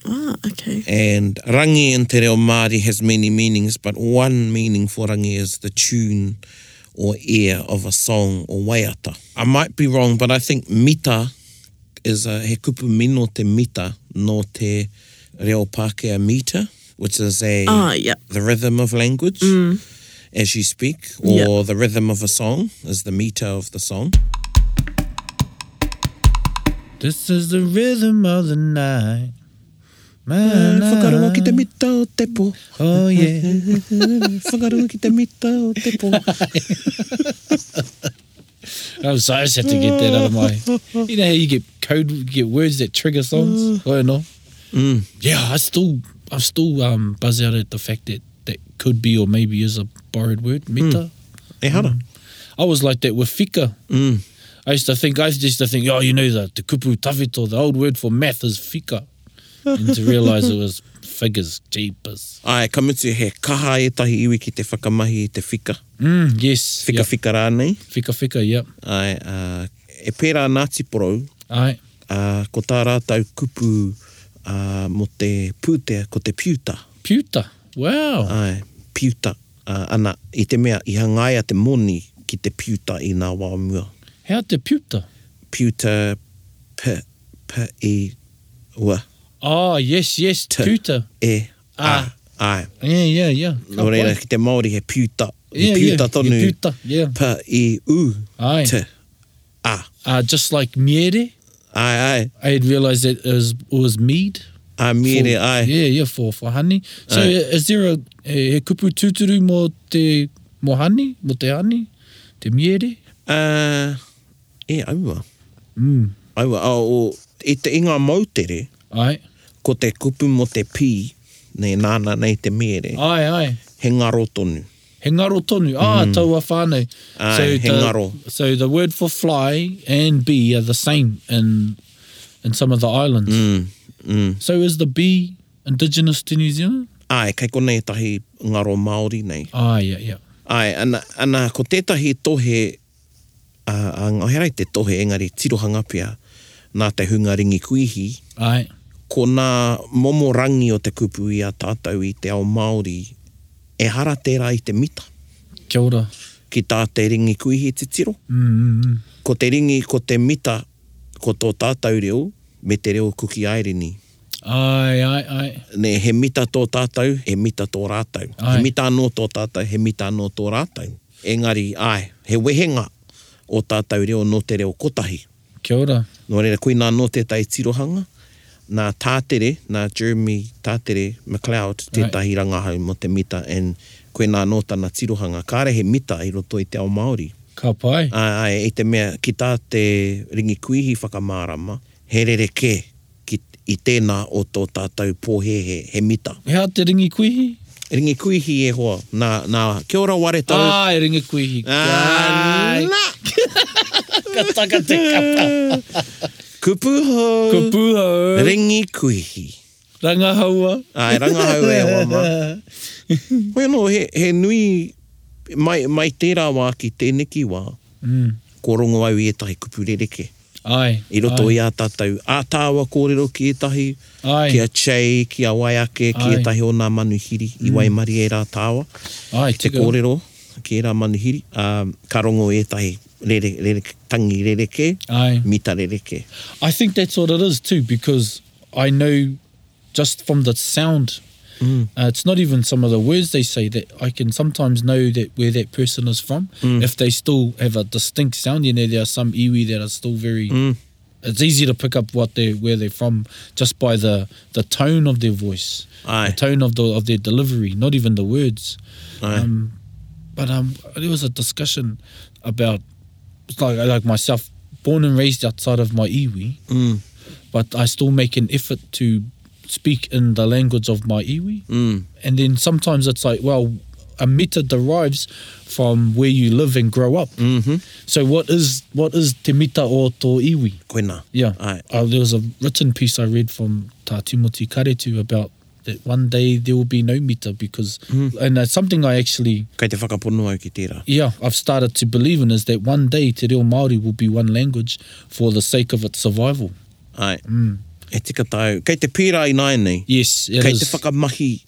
[SPEAKER 6] Ah, okay.
[SPEAKER 3] And rangi in te reo Māori has many meanings, but one meaning for rangi is the tune or air of a song or waiata. I might be wrong, but I think mita is a he kupu mino te mita, no te reo Pākehā mita, which is a
[SPEAKER 6] Ah, yeah.
[SPEAKER 3] the rhythm of language as you speak, or
[SPEAKER 6] Yeah.
[SPEAKER 3] the rhythm of a song is the meter of the song.
[SPEAKER 4] This is the rhythm of the night.
[SPEAKER 3] Mm,
[SPEAKER 4] Man,
[SPEAKER 3] Whakarongo ki te mita o te po.
[SPEAKER 4] Oh yeah.
[SPEAKER 3] Whakarongo ki te mita o te po.
[SPEAKER 4] I'm sorry, I just had to get that out of my You know how you get code you get words that trigger songs? Oh no.
[SPEAKER 3] Mm.
[SPEAKER 4] Yeah, I still I still um buzz out at the fact that that could be or maybe is a borrowed word, mita.
[SPEAKER 3] E hara.
[SPEAKER 4] I was like that with fika.
[SPEAKER 3] Mm.
[SPEAKER 4] I used to think I used to think, oh, you know the, the kupu tawhito, the old word for math is fika. And to realise it was figures, jeepers.
[SPEAKER 3] Ai, ka mutu he kaha e tahi iwi ki te whakamahi i te whika.
[SPEAKER 4] Mm, yes.
[SPEAKER 3] Whika
[SPEAKER 4] yep.
[SPEAKER 3] whika rānei.
[SPEAKER 4] fika fika, yep.
[SPEAKER 3] Ai, uh, e pērā Ngāti Porou,
[SPEAKER 4] Aye.
[SPEAKER 3] uh, ko tā rātau kupu uh, mo te pūtea, ko te piuta.
[SPEAKER 4] Pewter. Wow.
[SPEAKER 3] Ai, piuta. Uh, ana, i te mea, i hangaia te moni ki te piuta i ngā wā mua.
[SPEAKER 4] How te pewter?
[SPEAKER 3] Piuta, p, p, e, w,
[SPEAKER 4] Oh, yes, yes,
[SPEAKER 3] Te.
[SPEAKER 4] pewter.
[SPEAKER 3] e, a.
[SPEAKER 4] Ah.
[SPEAKER 3] Ai,
[SPEAKER 4] Yeah, yeah, yeah.
[SPEAKER 3] no reira, ki te Māori he piuta.
[SPEAKER 4] yeah,
[SPEAKER 3] he piuta
[SPEAKER 4] yeah.
[SPEAKER 3] tonu.
[SPEAKER 4] He pewter, yeah.
[SPEAKER 3] P, e, u,
[SPEAKER 4] Aye.
[SPEAKER 3] t, a.
[SPEAKER 4] Uh, just like miere,
[SPEAKER 3] Ai, ai.
[SPEAKER 4] I had realised that it was, it was mead.
[SPEAKER 3] A mere,
[SPEAKER 4] for,
[SPEAKER 3] ai.
[SPEAKER 4] Yeah, yeah, for, for honey. So
[SPEAKER 3] Aye.
[SPEAKER 4] uh, is there a, e, he kupu tuturu mo te mo honey, mo te honey, te miere?
[SPEAKER 3] Uh, e aua.
[SPEAKER 4] Mm.
[SPEAKER 3] Aua, o, o, i te inga mautere,
[SPEAKER 4] Ai,
[SPEAKER 3] ko te kupu mo te pī, nei nāna nei te mere,
[SPEAKER 4] ai, ai.
[SPEAKER 3] he ngaro tonu.
[SPEAKER 4] He ngaro tonu. Ah,
[SPEAKER 3] Mm-hmm.
[SPEAKER 4] taua whānau.
[SPEAKER 3] Ai, he ngaro.
[SPEAKER 4] The, so the word for fly and bee are the same in in some of the islands.
[SPEAKER 3] Mm, mm.
[SPEAKER 4] So is the bee indigenous to New Zealand?
[SPEAKER 3] Ai, kai konei tahi ngaro Māori nei.
[SPEAKER 4] Ah, yeah, yeah.
[SPEAKER 3] Ai, ana, ana ko tētahi tohe, uh, a herei te tohe, engari tirohanga pia, nā te hungaringi kuihi,
[SPEAKER 4] Ai,
[SPEAKER 3] ko nā momorangi o te kupu i a tātou i te ao Māori, e hara tērā i te mita.
[SPEAKER 4] kia ora.
[SPEAKER 3] ki tā te ringi kuihi te tiro.
[SPEAKER 4] Mm, mm, mm.
[SPEAKER 3] Ko te ringi, ko te mita, ko tō tātou reo, me te reo kuki aireni.
[SPEAKER 4] Ai, ai, ai.
[SPEAKER 3] Ne, he mita tō tātou, he mita tō rātou.
[SPEAKER 4] Ai.
[SPEAKER 3] Ai. He mita anō tō tātou, he mita anō tō rātou. Engari, ai, he wehenga o tātou reo no te reo kotahi.
[SPEAKER 4] Kia ora.
[SPEAKER 3] Nō reira, koina nō tētai tirohanga, nā tātere, nā Jeremy tātere McLeod, tētahi rangahau mo te mita, and koina nō tāna tirohanga. Kāre he mita i roto i te ao Māori.
[SPEAKER 4] Ka pai.
[SPEAKER 3] Ai, ai, e te mea, ki tā te ringi kuihi whakamārama, he rere kē, ki, i tēnā o tō tātou pōhehe, he mita.
[SPEAKER 4] Hea te ringi kuihi?
[SPEAKER 3] Ringi kuihi e hoa, nā, nā, kia ora ware tau.
[SPEAKER 4] Ah, e ringi kuihi. Ai,
[SPEAKER 3] nā,
[SPEAKER 4] ka taka te kapa.
[SPEAKER 3] kupu ho,
[SPEAKER 4] Ka eh. puhau.
[SPEAKER 3] ringi kuihi.
[SPEAKER 4] Rangahaua.
[SPEAKER 3] Ai, rangahau e hoa mā. Koe no, he, he nui, mai, mai tērā wā ki tēneki wā,
[SPEAKER 4] Mm.
[SPEAKER 3] ko rongo au i etahi kupu rereke.
[SPEAKER 4] Ai.
[SPEAKER 3] I roto
[SPEAKER 4] ai,
[SPEAKER 3] i a tātou, ātāua kōrero ki etahi,
[SPEAKER 4] Ai,
[SPEAKER 3] kia chei, kia waiake,
[SPEAKER 4] Ai.
[SPEAKER 3] kia tahi o nā manuhiri, i waimari e rā tāwa.
[SPEAKER 4] ai,
[SPEAKER 3] Te
[SPEAKER 4] tika.
[SPEAKER 3] kōrero, ki e rā manuhiri, um, ka rongo e tahi rere, rere, tangi rereke,
[SPEAKER 4] Ai.
[SPEAKER 3] mita rereke.
[SPEAKER 4] I think that's what it is too, because I know just from the sound Uh, it's not even some of the words they say that I can sometimes know that where that person is from. If they still have a distinct sound, you know, there are some iwi that are still very. It's easy to pick up what they where they're from just by the the tone of their voice,
[SPEAKER 3] Aye.
[SPEAKER 4] the tone of the of their delivery, not even the words.
[SPEAKER 3] Aye.
[SPEAKER 4] Um, but um, there was a discussion about it's like like myself, born and raised outside of my iwi,
[SPEAKER 3] Mm.
[SPEAKER 4] but I still make an effort to speak in the language of my iwi. Mm. And then sometimes it's like, well, a meta derives from where you live and grow up. Mm-hmm. So what is what is te mita o tō iwi?
[SPEAKER 3] Koina.
[SPEAKER 4] Yeah.
[SPEAKER 3] Aye.
[SPEAKER 4] Uh, there was a written piece I read from Ta Timothy Karetu about that one day there will be no mita because,
[SPEAKER 3] Hmm.
[SPEAKER 4] and that's something I actually
[SPEAKER 3] Kei te whakapono au ki tērā.
[SPEAKER 4] yeah, I've started to believe in is that one day te reo Māori will be one language for the sake of its survival. Hmm.
[SPEAKER 3] Ai. Mm. E tika tau. Kei te pīrā i nai nei.
[SPEAKER 4] Yes, it
[SPEAKER 3] Kei
[SPEAKER 4] is.
[SPEAKER 3] te whakamahi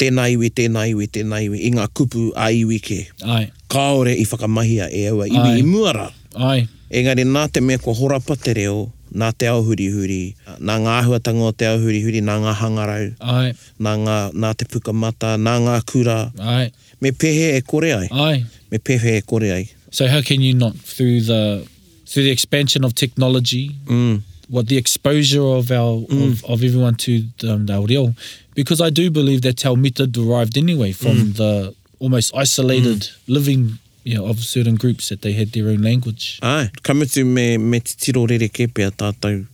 [SPEAKER 3] tēnā iwi, tēnā iwi, tēnā iwi, i ngā kupu a iwi ke.
[SPEAKER 4] Ai,
[SPEAKER 3] Kaore i whakamahia e aua iwi
[SPEAKER 4] Ai.
[SPEAKER 3] i muara.
[SPEAKER 4] ai,
[SPEAKER 3] Engari nā te mea kua horapa te reo, nā te ao hurihuri, nā ngā ahuatanga o te ao hurihuri, nā ngā hangarau,
[SPEAKER 4] ai,
[SPEAKER 3] nā, ngā, nā te pukamata, nā ngā kura.
[SPEAKER 4] ai,
[SPEAKER 3] Me pehe e kore ai.
[SPEAKER 4] ai.
[SPEAKER 3] Me pehe e kore ai.
[SPEAKER 4] So how can you not through the through the expansion of technology,
[SPEAKER 3] Mm.
[SPEAKER 4] what the exposure of our of, of everyone to the, um, our reo, because I do believe that's how mita derived anyway from the almost isolated living you know, of certain groups that they had their own language.
[SPEAKER 3] Ai, kamutu me, me te tiro rereke pia tātou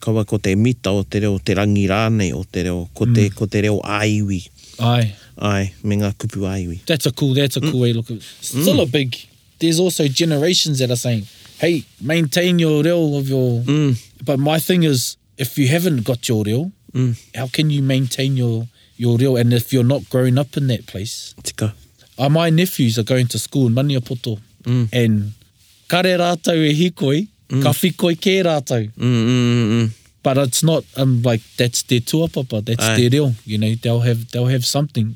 [SPEAKER 3] kaua ko te mita o te reo te rangi rānei o te reo, ko te, mm. ko te reo aiwi.
[SPEAKER 4] Aye.
[SPEAKER 3] Ai, me ngā kupu aiwi.
[SPEAKER 4] That's a cool. That's a cool way to look at. Still a big. There's also generations that are saying, "Hey, maintain your reel of your." But my thing is, if you haven't got your reel, how can you maintain your your reel? And if you're not growing up in that place,
[SPEAKER 3] Tika.
[SPEAKER 4] uh, my nephews are going to school in Maniapoto, and kare rātou e hikoi, ka whikoi kē rātou.
[SPEAKER 3] Mm, mm, mm, mm.
[SPEAKER 4] But it's not um like that's their tuapapa, that's
[SPEAKER 3] Aye.
[SPEAKER 4] their reel. You know, they'll have they'll have something.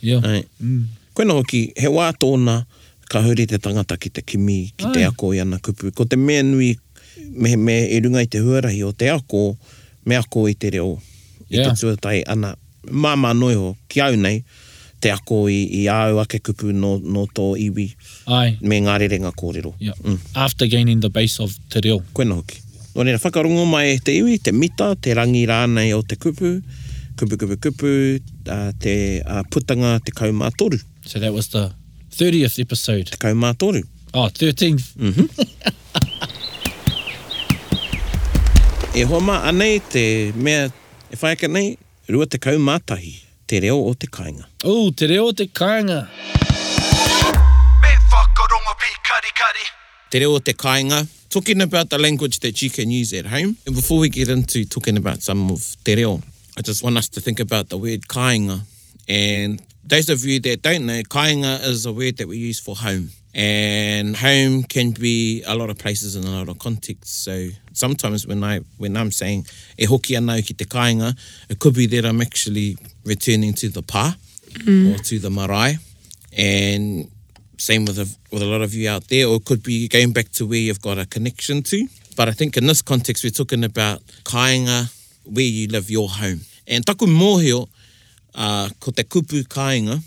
[SPEAKER 4] Yeah.
[SPEAKER 3] Ai. Mm. Koena hoki, he wā tōna ka huri te tangata ki te kimi, ki te
[SPEAKER 4] Ai.
[SPEAKER 3] ako i ana kupu. Ko te mea nui, me, me e runga i te huarahi o te ako, me ako i te reo. I
[SPEAKER 4] Yeah.
[SPEAKER 3] te tuatai ana. Māmā noiho, ki au nei, te ako i, i au ake kupu no, no tō iwi,
[SPEAKER 4] Aye.
[SPEAKER 3] me ngā rerenga kōrero.
[SPEAKER 4] Yeah. After gaining the base of te reo.
[SPEAKER 3] Koena hoki. No reira, whakarongo mai e te iwi, te mita, te rangi rānei o te kupu, kupu kupu kupu, uh, te uh, putanga, te kaumātoru.
[SPEAKER 4] So that was the 30th episode.
[SPEAKER 3] Te kaumātoru.
[SPEAKER 4] Oh, 13th.
[SPEAKER 3] E homa anei te mea e whaeka nei, rua te kaumātahi, te reo o te kāinga.
[SPEAKER 4] Oh, te reo te kāinga.
[SPEAKER 1] Me whakarongo pīkari kari.
[SPEAKER 5] Te reo o te kāinga. Talking about the language that you can use at home. And before we get into talking about some of te reo, I just want us to think about the word kāinga. And those of you that don't know, kāinga is a word that we use for home. And home can be a lot of places and a lot of contexts. So sometimes when I when I'm saying e hoki anau ki te kāinga, it could be that I'm actually returning to the pa or to the marae. And same with a, with a lot of you out there, or it could be going back to where you've got a connection to. But I think in this context, we're talking about kāinga, where you live, your home. And taku mōhio, uh, ko te kupu kāinga,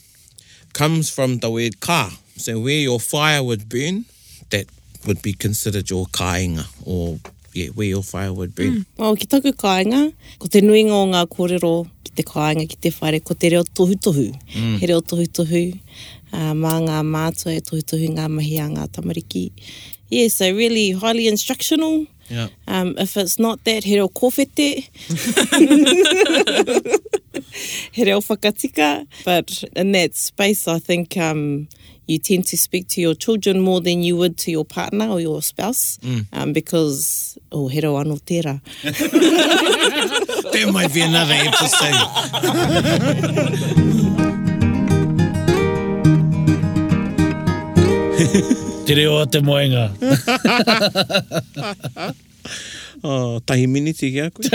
[SPEAKER 5] comes from the word ka. So where your fire would burn, that would be considered your kāinga, or yeah, where your fire would burn.
[SPEAKER 7] Mao ki taku kāinga, ko te nuinga o ngā kōrero ki te kāinga, ki te whare, ko te reo tohu tohu. Mm. He reo tohu tohu, uh, mā ngā mātua e tohu tohu ngā mahi a ngā tamariki. Yeah, so really highly instructional.
[SPEAKER 5] Yeah.
[SPEAKER 7] Um, if it's not that, he reo kōwhete. he reo whakatika. But in that space, I think um, you tend to speak to your children more than you would to your partner or your spouse um, because, oh, he reo anō tērā.
[SPEAKER 5] There might be another episode.
[SPEAKER 4] Te reo a te moenga.
[SPEAKER 3] Oh, tahi miniti ki a koe.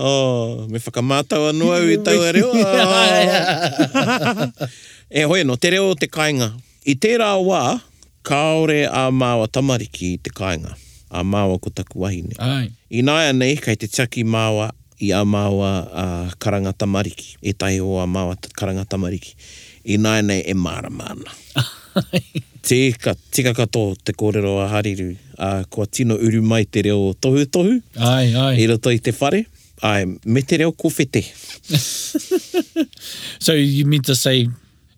[SPEAKER 3] oh, me whakamātau anō au i tau a reo. Oh. e hoi no, te reo o te kāinga. I tērā wā, kaore a māua tamariki i te kāinga. A māua ko taku wahine.
[SPEAKER 4] Ai.
[SPEAKER 3] I nāia nei, kei te tiaki māua i a māua a karangata mariki, e tai o a māua t- karangata mariki. I nai nei e māra mana. tika, tika kato te kōrero a hariru, a kua tino uru mai te reo tohu tohu,
[SPEAKER 4] Ai, ai.
[SPEAKER 3] i roto i te whare, ai, me te reo kōwhete.
[SPEAKER 4] So you mean to say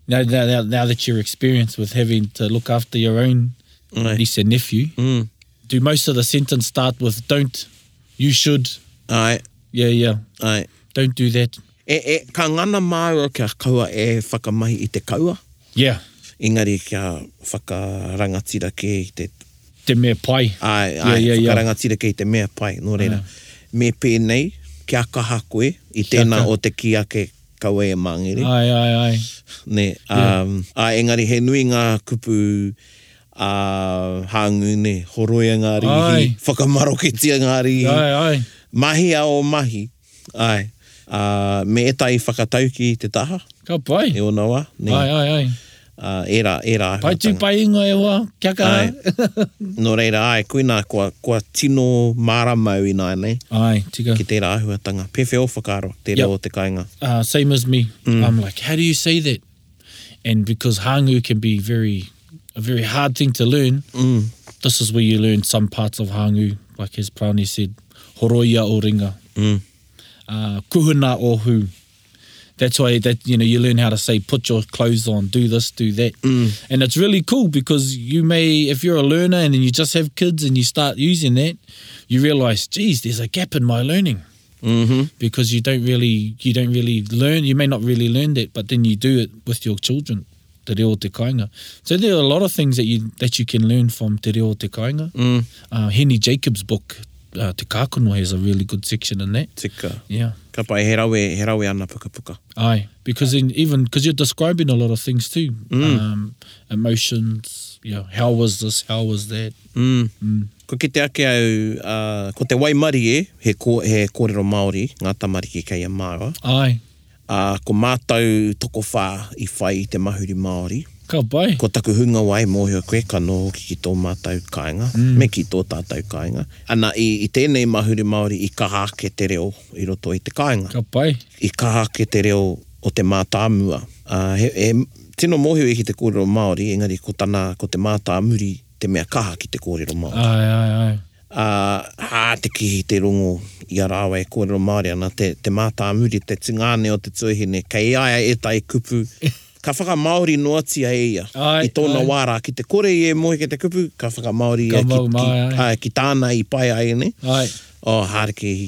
[SPEAKER 4] now, now, now- now that you're experienced with having to look after your own
[SPEAKER 3] Ai,
[SPEAKER 4] niece and nephew,
[SPEAKER 3] mm.
[SPEAKER 4] do most of the sentence start with "don't"? You should.
[SPEAKER 3] ai,
[SPEAKER 4] Yeah, yeah.
[SPEAKER 3] ai.
[SPEAKER 4] Don't do that.
[SPEAKER 3] E, e, ka ngana māua kia kaua e whakamahi i te kaua,
[SPEAKER 4] Yeah.
[SPEAKER 3] engari kia whakarangatira ke i te
[SPEAKER 4] Te mea pai.
[SPEAKER 3] Ai,
[SPEAKER 4] Yeah,
[SPEAKER 3] ai,
[SPEAKER 4] yeah,
[SPEAKER 3] yeah,
[SPEAKER 4] yeah.
[SPEAKER 3] whakarangatira kei te mea pai, nō reira.
[SPEAKER 4] Ah.
[SPEAKER 3] Me pēnei, kia kaha koe, i tēnā
[SPEAKER 4] Kia ka.
[SPEAKER 3] o te kia ke kaua e māngere.
[SPEAKER 4] Ai, ai, ai.
[SPEAKER 3] Ne, um, a engari he nui ngā kupu a hāngu ne, horoia ngā
[SPEAKER 4] Ai.
[SPEAKER 3] rihi, whakamaroketia ngā rihi.
[SPEAKER 4] Ai, ai.
[SPEAKER 3] Mahi a o mahi, ai. Uh, me e tai whakatauki i te taha,
[SPEAKER 4] Ka pai.
[SPEAKER 3] e ona wā. Ne,
[SPEAKER 4] Ai, ai, ai.
[SPEAKER 3] Uh, e rā, e rā.
[SPEAKER 4] Pai tū
[SPEAKER 3] ahatanga.
[SPEAKER 4] pai ingo e wā. Kia ka.
[SPEAKER 3] Ai. Nō reira, ai, koe nā, kua, kua tino māramau i nā, nei.
[SPEAKER 4] Ai, tika.
[SPEAKER 3] ki tērā ahuatanga. Pewhi o whakaro, te
[SPEAKER 4] Yep.
[SPEAKER 3] reo o te kainga.
[SPEAKER 4] uh, same as me. I'm like, how do you say that? And because hangu can be very a very hard thing to learn, this is where you learn some parts of hangu, like as Prani said, horoia o ringa,
[SPEAKER 3] Mm.
[SPEAKER 4] uh, kuhuna o hu. That's why that you know you learn how to say put your clothes on, do this, do that, and it's really cool because you may if you're a learner and then you just have kids and you start using that, you realize, geez, there's a gap in my learning
[SPEAKER 3] Mm-hmm.
[SPEAKER 4] because you don't really you don't really learn you may not really learn it but then you do it with your children te reo te kāinga so there are a lot of things that you that you can learn from te reo te kāinga
[SPEAKER 3] Mm.
[SPEAKER 4] uh, Henny Jacobs book uh, Te Kākono has a really good section in that
[SPEAKER 3] Tika.
[SPEAKER 4] yeah
[SPEAKER 3] Ka pai he rawe, he rawe ana puka puka.
[SPEAKER 4] aye because in even because you're describing a lot of things too um, emotions yeah how was this how was that
[SPEAKER 3] Mm. Mm. Ko ki te ake au, uh, ko te waimari e, he, ko, he kōrero Māori, ngā tamariki kei a Māua.
[SPEAKER 4] aye
[SPEAKER 3] Uh, ko mātau toko whā i whai i te mahuri Māori.
[SPEAKER 4] ka pai
[SPEAKER 3] Ko taku hunga wai mōhio koe ka noho ki ki tō mātau kāinga, mm. me ki tō tātau kāinga. Ana i, i tēnei mahuri Māori i kaha ke te reo i roto i te kāinga.
[SPEAKER 4] ka pai
[SPEAKER 3] i kaha ke te reo o te mātāmua. Uh, he, he, tino mōhio e ki te kōrero Māori, engari ko tāna ko te mātāmuri te mea kaha ki te kōrero Māori.
[SPEAKER 4] aye aye aye
[SPEAKER 3] Uh, hā te kihi te rongo i a rāwa e kōrero Māori, ana te, te mātāmuri, te tingane o te tuihine, kei aia e tai kupu, ka whaka Māori noatia e ia.
[SPEAKER 4] Ai,
[SPEAKER 3] I tōna
[SPEAKER 4] ai.
[SPEAKER 3] wārā, ki te kore i e mohi ke te kupu, ka whaka Māori
[SPEAKER 4] Ka
[SPEAKER 3] ia ki,
[SPEAKER 4] mau mai,
[SPEAKER 3] ki,
[SPEAKER 4] ai.
[SPEAKER 3] ai, ki tāna i pai ai ne.
[SPEAKER 4] aye
[SPEAKER 3] O, hārekehi.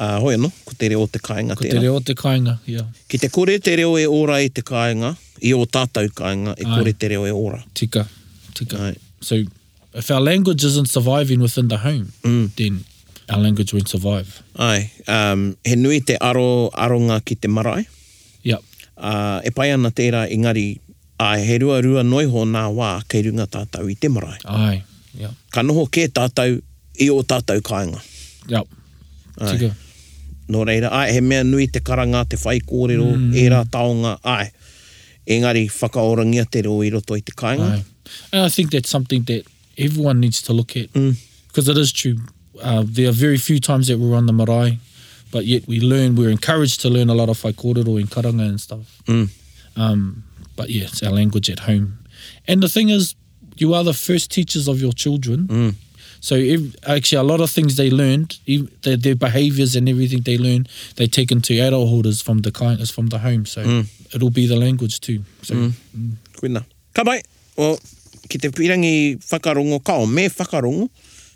[SPEAKER 3] uh, hoi anō, ko te reo te kāinga
[SPEAKER 4] ko te reo te kāinga yeah
[SPEAKER 3] Ki te kore te reo e ora i te kāinga, i o tātou kāinga, e
[SPEAKER 4] Ai.
[SPEAKER 3] kore te reo e ora.
[SPEAKER 4] Tika, tika.
[SPEAKER 3] Right.
[SPEAKER 4] So, if our language isn't surviving within the home, then our language won't survive.
[SPEAKER 3] Ai, um, he nui te aro, aronga ki te marae.
[SPEAKER 4] Yep.
[SPEAKER 3] Uh, e pai ana tērā engari, a he rua rua noiho nā wā kei runga tātou i te marae.
[SPEAKER 4] Aye. Yep.
[SPEAKER 3] Ka noho kē tātou i o tātou kāinga.
[SPEAKER 4] Yep.
[SPEAKER 3] Ai.
[SPEAKER 4] Tika.
[SPEAKER 3] Nō reira, ai, he mea nui te karanga, te whai kōrero, mm. e rā taonga, ai. Engari, whakaorangia te reo i roto i te kāinga.
[SPEAKER 4] Aye. And I think that's something that everyone needs to look at because it is true. Uh, there are very few times that we're on the marae, but yet we learn, we're encouraged to learn a lot of whaikorero and karanga and stuff.
[SPEAKER 3] Mm.
[SPEAKER 4] Um, but yeah, it's our language at home. And the thing is, you are the first teachers of your children. So ev actually, a lot of things they learned, ev- their, their behaviors and everything they learn, they take into adulthood is from the kind, is from the home. So it'll be the language too. So
[SPEAKER 3] Kuina. Ka pai, o, ki te pirangi whakarongo, ka o me whakarongo,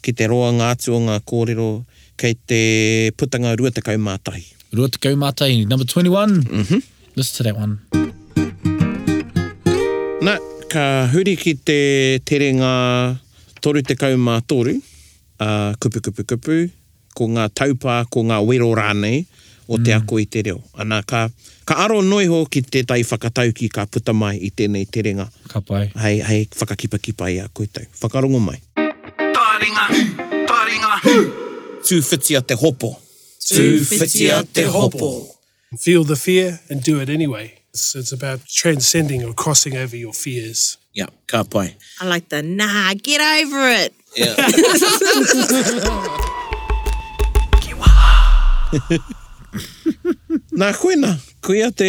[SPEAKER 3] ki te roa ngā atu o ngā kōrero, kei te putanga rua te kaumātahi.
[SPEAKER 4] Rua te kaumātai, number 21. Mm-hmm. Listen to that one.
[SPEAKER 3] Nā, ka huri ki te tere ngā toru te kaumā toru, uh, kupu kupu kupu, ko ngā taupā, ko ngā wero rānei, o te mm. ako i te reo. Anā, ka, ka aro noiho ki te tai whakatauki ka puta mai i tēnei terenga.
[SPEAKER 4] Ka pai.
[SPEAKER 3] Hei, hei, whakakipakipa i a koutou. Whakarongo mai.
[SPEAKER 1] Taringa, taringa,
[SPEAKER 3] Tūwhitia te hopo.
[SPEAKER 2] Tūwhitia te hopo.
[SPEAKER 8] Feel the fear and do it anyway. It's, it's about transcending or crossing over your fears.
[SPEAKER 3] Ia, ka pai.
[SPEAKER 7] I like the nah, get over it.
[SPEAKER 3] Ia. Nā koina, kuia te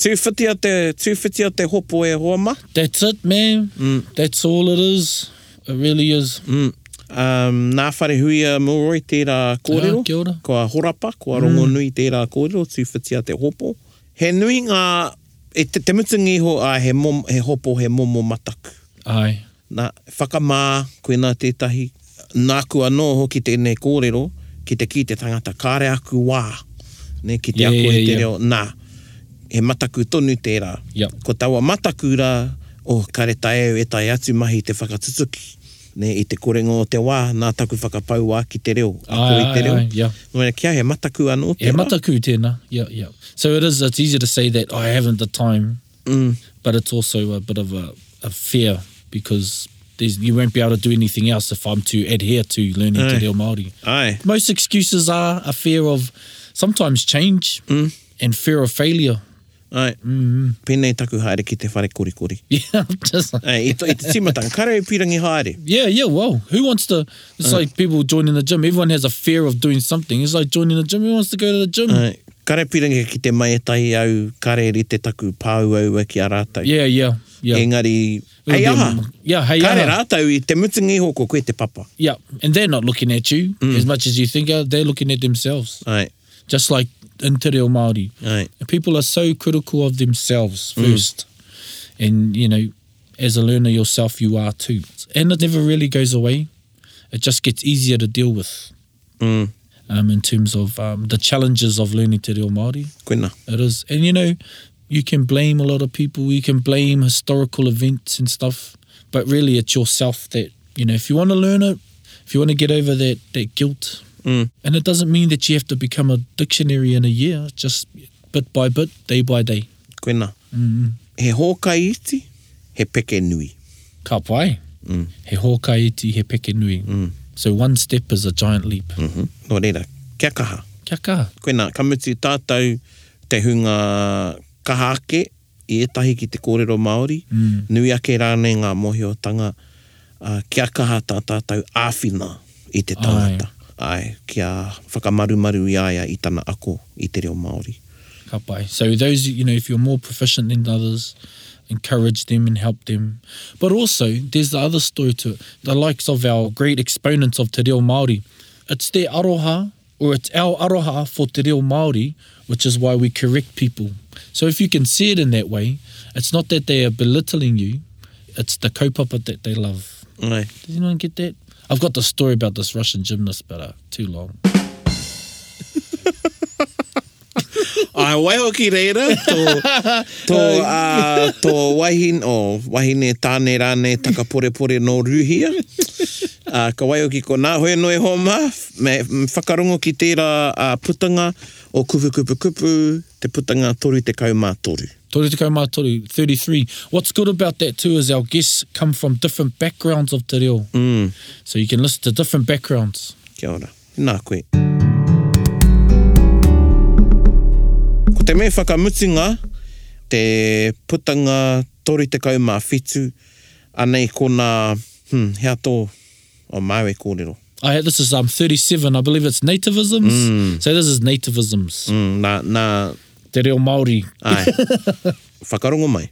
[SPEAKER 3] tūwhitia te, tūwhitia te hopo e hoa ma.
[SPEAKER 4] That's it, man. That's all it is. It really is.
[SPEAKER 3] Mm. Um, nā whare huia mōroi tērā kōrero.
[SPEAKER 4] Ah, kia ora.
[SPEAKER 3] Kua horapa, kua
[SPEAKER 2] Mm.
[SPEAKER 3] rongo nui tērā kōrero, tūwhitia te hopo. He nui ngā, e te, te mutungi ho a he, mom, he hopo he momo mataku.
[SPEAKER 4] Ai.
[SPEAKER 3] Nā whakamā, koe nā tētahi, nā kua anō hoki tēnei kōrero, ki te ki te tangata kāre aku wā. Ne, ki te
[SPEAKER 4] Yeah,
[SPEAKER 3] yeah, ako
[SPEAKER 4] yeah,
[SPEAKER 3] yeah, te
[SPEAKER 4] yeah.
[SPEAKER 3] reo, nā, he mataku tonu tērā.
[SPEAKER 4] Yep.
[SPEAKER 3] Ko taua mataku rā, o oh, kare tae au e tae atu mahi te whakatutuki. Ne, i te korengo o te wā, nā taku whakapau wā ki te reo. Ako
[SPEAKER 4] Ai,
[SPEAKER 3] i te
[SPEAKER 4] ai,
[SPEAKER 3] reo.
[SPEAKER 4] ai, yeah.
[SPEAKER 3] Nō kia, he mataku anō
[SPEAKER 4] E
[SPEAKER 3] tērā.
[SPEAKER 4] mataku tēnā. Yeah, yeah. So it is, it's easier to say that I haven't the time,
[SPEAKER 3] Mm.
[SPEAKER 4] but it's also a bit of a, a fear because there's, you won't be able to do anything else if I'm to adhere to learning
[SPEAKER 3] Ai.
[SPEAKER 4] te reo Māori.
[SPEAKER 3] Ai,
[SPEAKER 4] Most excuses are a fear of sometimes change and fear of failure.
[SPEAKER 3] ai. Mm. Pēnei taku haere ki te whare kori kori.
[SPEAKER 4] Yeah, just
[SPEAKER 3] Ai, i, t- i te timatanga, kare au pirangi haere.
[SPEAKER 4] Yeah, yeah, wow. Who wants to? It's like people joining the gym. Everyone has a fear of doing something. It's like joining the gym. Who wants to go to the gym?
[SPEAKER 3] Ai, Eh, kare piringa ki te mai e tahi au, kare ri te taku pāu au a ki a rātau.
[SPEAKER 4] yeah, yeah, yeah.
[SPEAKER 3] Engari,
[SPEAKER 4] It'll
[SPEAKER 3] hei
[SPEAKER 4] be a
[SPEAKER 3] aha,
[SPEAKER 4] mo- Yeah, hey,
[SPEAKER 3] kare
[SPEAKER 4] aha.
[SPEAKER 3] rātau i te mutungi hoko koe te papa.
[SPEAKER 4] Yeah, and they're not looking at you as much as you think. uh, They're looking at themselves,
[SPEAKER 3] Ai,
[SPEAKER 4] just like in Te Reo Māori.
[SPEAKER 3] ai,
[SPEAKER 4] People are so critical of themselves first, and you know, as a learner yourself, you are too. And it never really goes away. It just gets easier to deal with
[SPEAKER 3] mm,
[SPEAKER 4] um, in terms of um, the challenges of learning Te Reo Māori.
[SPEAKER 3] koina.
[SPEAKER 4] It is. And you know, you can blame a lot of people, you can blame historical events and stuff, but really it's yourself that, you know, if you want to learn it, if you want to get over that, that guilt,
[SPEAKER 3] Mm.
[SPEAKER 4] and it doesn't mean that you have to become a dictionary in a year, just bit by bit, day by day.
[SPEAKER 3] Koina.
[SPEAKER 4] Mm-hmm.
[SPEAKER 3] He hōkai iti, he peke nui.
[SPEAKER 4] Ka pai. Mm. He hōkai iti, he peke nui. Mm. So one step is a giant leap.
[SPEAKER 3] Mm. Nō reira, kia kaha.
[SPEAKER 4] Kia kaha.
[SPEAKER 3] Koina, ka mutu tātou te hunga kaha ake i etahi ki te kōrero Māori.
[SPEAKER 4] Mm.
[SPEAKER 3] Nui ake rānei ngā mohiotanga, uh, kia kaha tā tātou āwhina i te tangata. Ai, kia whakamarumaru i aia i tana ako i te reo Māori.
[SPEAKER 4] Ka pai. So those, you know, if you're more proficient than others, encourage them and help them. But also, there's the other story to it. The likes of our great exponents of Te Reo Māori, it's their aroha, or it's our aroha for Te Reo Māori, which is why we correct people. So if you can see it in that way, it's not that they are belittling you, it's the kaupapa that they love.
[SPEAKER 3] Ai,
[SPEAKER 4] Does anyone get that? I've got the story about this Russian gymnast, but uh, too long.
[SPEAKER 3] Ai waiho ki reira, tō, tō, uh, tō wahin, o, wahine tāne rāne takapore-pore nō ruhia. Uh, ka waiho ki ko nā hoi noi homa, me m- whakarongo ki tērā uh, putanga o kupu kupu kupu, te putanga toru te kaumā toru.
[SPEAKER 4] Tore te kaumātoru, 33. What's good about that too is our guests come from different backgrounds of te reo.
[SPEAKER 3] Mm,
[SPEAKER 4] So you can listen to different backgrounds.
[SPEAKER 3] kia ora. Nā koe. Ko te mea whakamutunga, te putanga toru te kaumā whitu, anei ko nā, hmm, hea tō, o māu e kōrero.
[SPEAKER 4] I this is um 37, I believe it's nativisms. So this is nativisms.
[SPEAKER 3] Mm, nā, nā,
[SPEAKER 4] Te reo Māori.
[SPEAKER 3] ai. Whakarongo mai.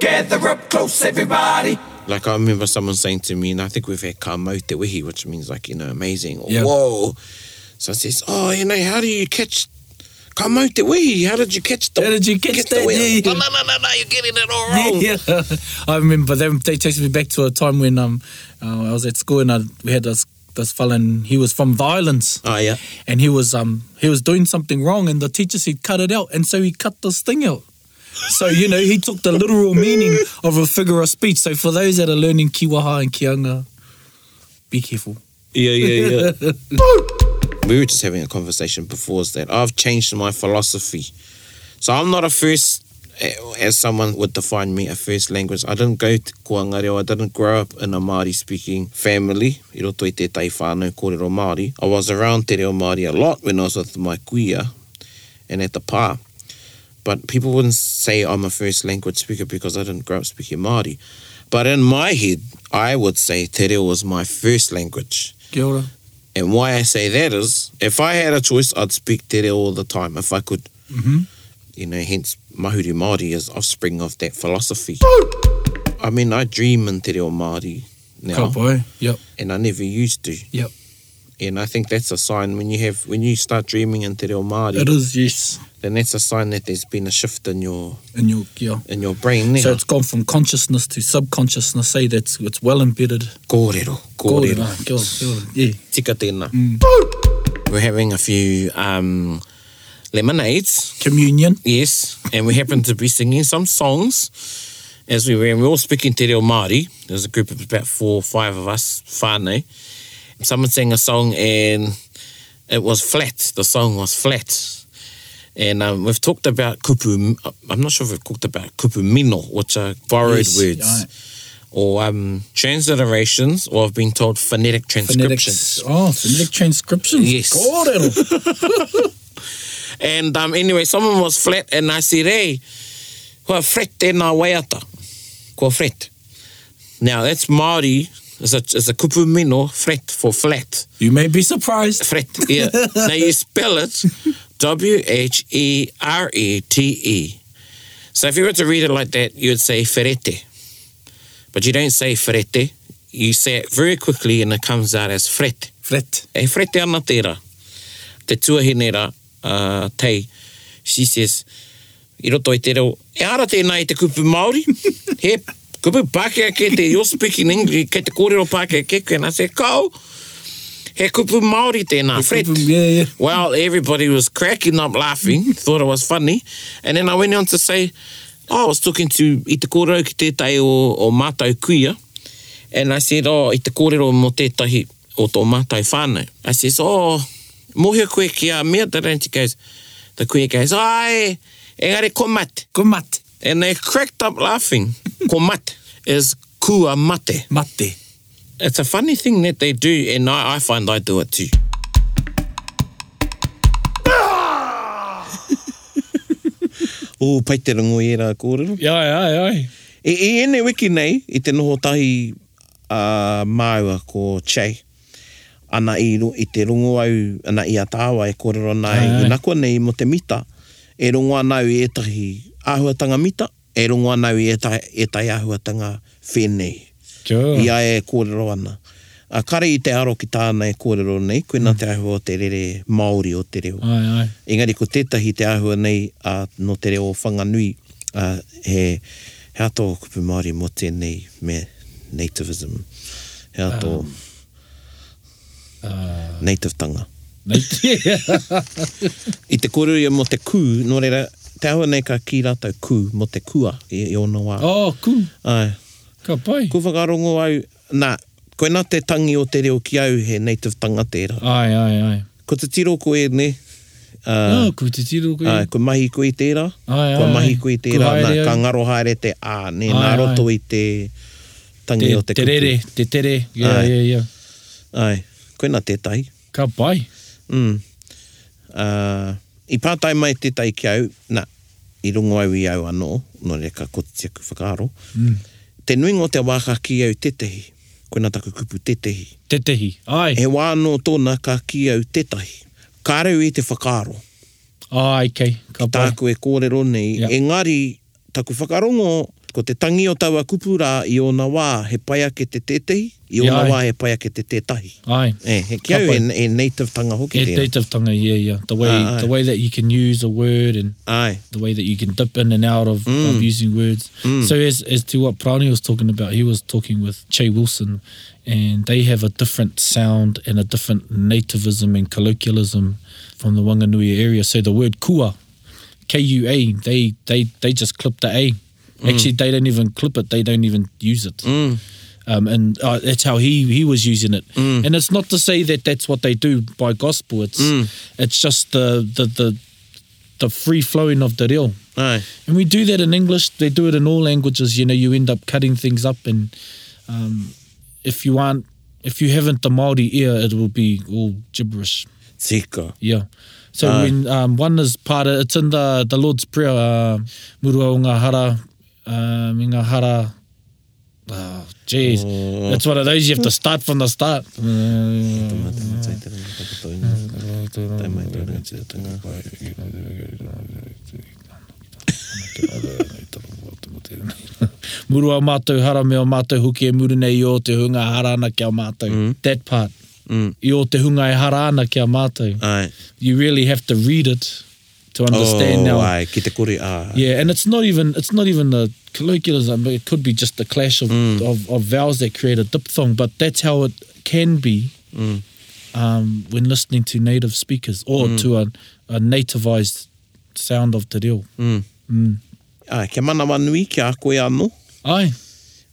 [SPEAKER 2] Gather up close, everybody.
[SPEAKER 5] Like I remember someone saying to me, and I think we've had kamau te wihi, which means like, you know, amazing or
[SPEAKER 4] Yeah.
[SPEAKER 5] whoa. So I says, oh, you know, how do you catch kamau te wihi? How did you catch the
[SPEAKER 4] How did you catch that?
[SPEAKER 5] the whale?
[SPEAKER 4] Yeah, yeah.
[SPEAKER 5] No, no, no, no, no, you're getting it all wrong.
[SPEAKER 4] Yeah, I remember them. They takes me back to a time when um uh, I was at school and I, we had this this fella and he was from the islands.
[SPEAKER 5] Oh, yeah.
[SPEAKER 4] and he was um he was doing something wrong and the teacher said cut it out and so he cut this thing out so you know he took the literal meaning of a figure of speech so for those that are learning kiwaha and kianga be careful
[SPEAKER 5] Yeah, yeah, yeah. we were just having a conversation before is that I've changed my philosophy. So I'm not a first, eh, as someone would define me, a first language. I didn't go to Kuangareo. I didn't grow up in a Māori speaking family. I roto i tētai whānau kōrero Māori. I was around te reo Māori a lot when I was with my kuia and at the pā. But people wouldn't say I'm a first language speaker because I didn't grow up speaking Māori. But in my head, I would say te reo was my first language.
[SPEAKER 4] kia ora
[SPEAKER 3] And why I say that is, if I had a choice, I'd speak te reo all the time if I could. Mm-hmm. You know, hence Mahuru Māori is offspring of that philosophy. I mean, I dream in te reo Māori now,
[SPEAKER 4] Cowboy. Yep.
[SPEAKER 3] and I never used to.
[SPEAKER 4] Yep.
[SPEAKER 3] And I think that's a sign when you have when you start dreaming in te reo Māori,
[SPEAKER 4] It is, yes.
[SPEAKER 3] then that's a sign that there's been a shift in your
[SPEAKER 4] In your yeah.
[SPEAKER 3] in your brain.
[SPEAKER 4] So
[SPEAKER 3] Now.
[SPEAKER 4] it's gone from consciousness to subconsciousness. Say that's it's well embedded.
[SPEAKER 3] kōrero,
[SPEAKER 4] Kōrero.
[SPEAKER 3] kōrero.
[SPEAKER 4] Mm. Kia ora, kia ora. Yeah.
[SPEAKER 3] Tika tēnā. We're having a few um, lemonades,
[SPEAKER 4] Communion.
[SPEAKER 3] yes, and we happen to be singing some songs as we were, and we were all speaking te reo Māori. There's a group of about four or five of us, whānau. Someone sang a song and it was flat. The song was flat. And um, we've talked about kupu, I'm not sure if we've talked about kupu mino, which are borrowed
[SPEAKER 4] Yes,
[SPEAKER 3] words.
[SPEAKER 4] aye.
[SPEAKER 3] Or um, transliterations, or I've been told phonetic transcriptions.
[SPEAKER 4] Phonetics. Oh, phonetic transcriptions.
[SPEAKER 3] Yes.
[SPEAKER 4] Kōrero.
[SPEAKER 3] And um, anyway, someone was flat and I said, hey, kua fret tēnā waiata. Kua fret. Now, that's Māori. It's a, it's a kupu mino, fret for flat.
[SPEAKER 4] you may be surprised.
[SPEAKER 3] Fret, yeah. now, you spell it E W-H-E-R-E-T-E. E. So if you were to read it like that, you would say ferete. But you don't say ferete. You say it very quickly and it comes out as fret.
[SPEAKER 4] Fret.
[SPEAKER 3] e whrete ana tērā. Te tuahine rā, uh, tei, she says, i roto i te reo, e ara tēnā i te kupu Māori, he kupu Pākehā ke te, you're speaking English, ke te kōrero Pākehā ke ke, and I say, kau, he kupu Māori tēnā, fret.
[SPEAKER 4] kupu- yeah, yeah.
[SPEAKER 3] Well, everybody was cracking up laughing, thought it was funny, and then I went on to say, oh, I was talking to i te kōrero ki tētai o, o mātou kuia, And I said, oh, i te kōrero mō tētahi o tō mātai whānau. I says, oh, mōhio koe ki a mea tara. And she goes, the queer goes, ai, engari komat.
[SPEAKER 4] Ko mate.
[SPEAKER 3] And they cracked up laughing. komat is kua mate.
[SPEAKER 4] Mate.
[SPEAKER 3] It's a funny thing that they do, and I, I find I do it too. o, pai te rango e rā kōrero.
[SPEAKER 4] Yeah, aye, aye.
[SPEAKER 3] E, e ene wiki nei, i te noho tahi uh, māua ko Che, ana i, ro- i te rongo au, ana i a tāwa e kōrero
[SPEAKER 4] Ai.
[SPEAKER 3] nai, i nakua nei mo te mita, e rongo anau i etahi āhuatanga mita, e rongo anau i etai, etai āhuatanga whenei.
[SPEAKER 4] Kia
[SPEAKER 3] Oh.
[SPEAKER 4] ora.
[SPEAKER 3] Ia e kōrero ana. A kare i te aro ki tāna e kōrero nei, koina mm. te ahua o te rere Māori o te reo.
[SPEAKER 4] Aye, aye.
[SPEAKER 3] Engari ko tētahi te ahua nei a no te reo whanganui a he, he ato kupu Māori mō tēnei me nativism. He ato um, uh, native tanga.
[SPEAKER 4] Mate. Yeah.
[SPEAKER 3] I te kōrero mō te kū, no reira, te ahua nei ka ki rātou kū, mō te kua i, i ono wā.
[SPEAKER 4] Oh, cool.
[SPEAKER 3] Ai,
[SPEAKER 4] Ka pai.
[SPEAKER 3] ko whakarongo au, nā, koina te tangi o te reo ki au he native tanga tērā.
[SPEAKER 4] Aye, aye, aye.
[SPEAKER 3] Ko te tiro ko e ne, uh,
[SPEAKER 4] No, ko Oh, te tiro koe.
[SPEAKER 3] Ai, ko mahi koe i tērā.
[SPEAKER 4] Ai,
[SPEAKER 3] Ko
[SPEAKER 4] ai,
[SPEAKER 3] mahi
[SPEAKER 4] ai.
[SPEAKER 3] koe i
[SPEAKER 4] Ko
[SPEAKER 3] tērā.
[SPEAKER 4] haere
[SPEAKER 3] Nā,
[SPEAKER 4] au.
[SPEAKER 3] ka ngaro haere te ā. Ne,
[SPEAKER 4] Ai,
[SPEAKER 3] nā
[SPEAKER 4] ai.
[SPEAKER 3] roto i te tangi
[SPEAKER 4] te,
[SPEAKER 3] o te
[SPEAKER 4] te
[SPEAKER 3] kupu.
[SPEAKER 4] rere, te tere. Yeah,
[SPEAKER 3] Aye.
[SPEAKER 4] yeah, yeah.
[SPEAKER 3] Ai, koe nā tētahi.
[SPEAKER 4] Ka pai.
[SPEAKER 3] Mm. Uh, I pātai mai tētahi ki au, nā, i rungo au i au anō, no re ka kotitia ku whakaaro. Mm. Te nuingo te wāka ki au tetehi. Koe nā taku kupu tetehi.
[SPEAKER 4] Te tehi. Ai.
[SPEAKER 3] He wāno tōna ka ki au tetahi. Ka reu i te whakaaro.
[SPEAKER 4] Ai, kei. Ka pai.
[SPEAKER 3] tāku e kōrero nei.
[SPEAKER 4] Yeah.
[SPEAKER 3] Yeah. Engari, taku whakarongo, ko te tangi o taua kupura i ona wā, he pai ake te tetehi, i ona
[SPEAKER 4] Yeah, ai.
[SPEAKER 3] wā he pai ake te tētahi.
[SPEAKER 4] Ai.
[SPEAKER 3] E, he kia au e,
[SPEAKER 4] Ka pai.
[SPEAKER 3] e native tanga hoki
[SPEAKER 4] Yeah,
[SPEAKER 3] tēnā.
[SPEAKER 4] native tongue, yeah, yeah. The way,
[SPEAKER 3] Aye, aye.
[SPEAKER 4] the way that you can use a word and
[SPEAKER 3] Ai,
[SPEAKER 4] the way that you can dip in and out of, of using words. So as as to what Prani was talking about, he was talking with Che Wilson, and they have a different sound and a different nativism and colloquialism from the Wanganui area. So the word kua, K U A, they they they just clip the A. Actually, they don't even clip it. They don't even use it. Um, and uh, that's how he, he was using it. And it's not to say that that's what they do by gospel. It's it's just the the, the the free flowing of the reel.
[SPEAKER 3] ai.
[SPEAKER 4] And we do that in English. They do it in all languages. You know, you end up cutting things up, and um, if you aren't, if you haven't the Maori ear, it will be all gibberish.
[SPEAKER 3] Tika.
[SPEAKER 4] Yeah. So when um, one is part of, it's in the the Lord's Prayer. Uh, Murua o ngā um, hara, uh, me ngā hara Oh, jeez. It's one of those you have to start from the start. Muru au mātou hara me o mātou huki e muru nei i o te hunga hara ana kia mātou. That part.
[SPEAKER 3] Mm.
[SPEAKER 4] I o te hunga e hara ana kia mātou.
[SPEAKER 3] Ai.
[SPEAKER 4] You really have to read it to understand
[SPEAKER 3] oh,
[SPEAKER 4] now.
[SPEAKER 3] Ai, ki te kore a.
[SPEAKER 4] Yeah, and it's not even it's not even the colloquialism, but it could be just the clash of,
[SPEAKER 3] Mm.
[SPEAKER 4] of, of vowels that create a diphthong. But that's how it can be
[SPEAKER 3] Mm.
[SPEAKER 4] um, when listening to native speakers or to a, a nativized sound of te reo.
[SPEAKER 3] Mm. Ai, kia mana wanui, kia koe anō.
[SPEAKER 4] Ai,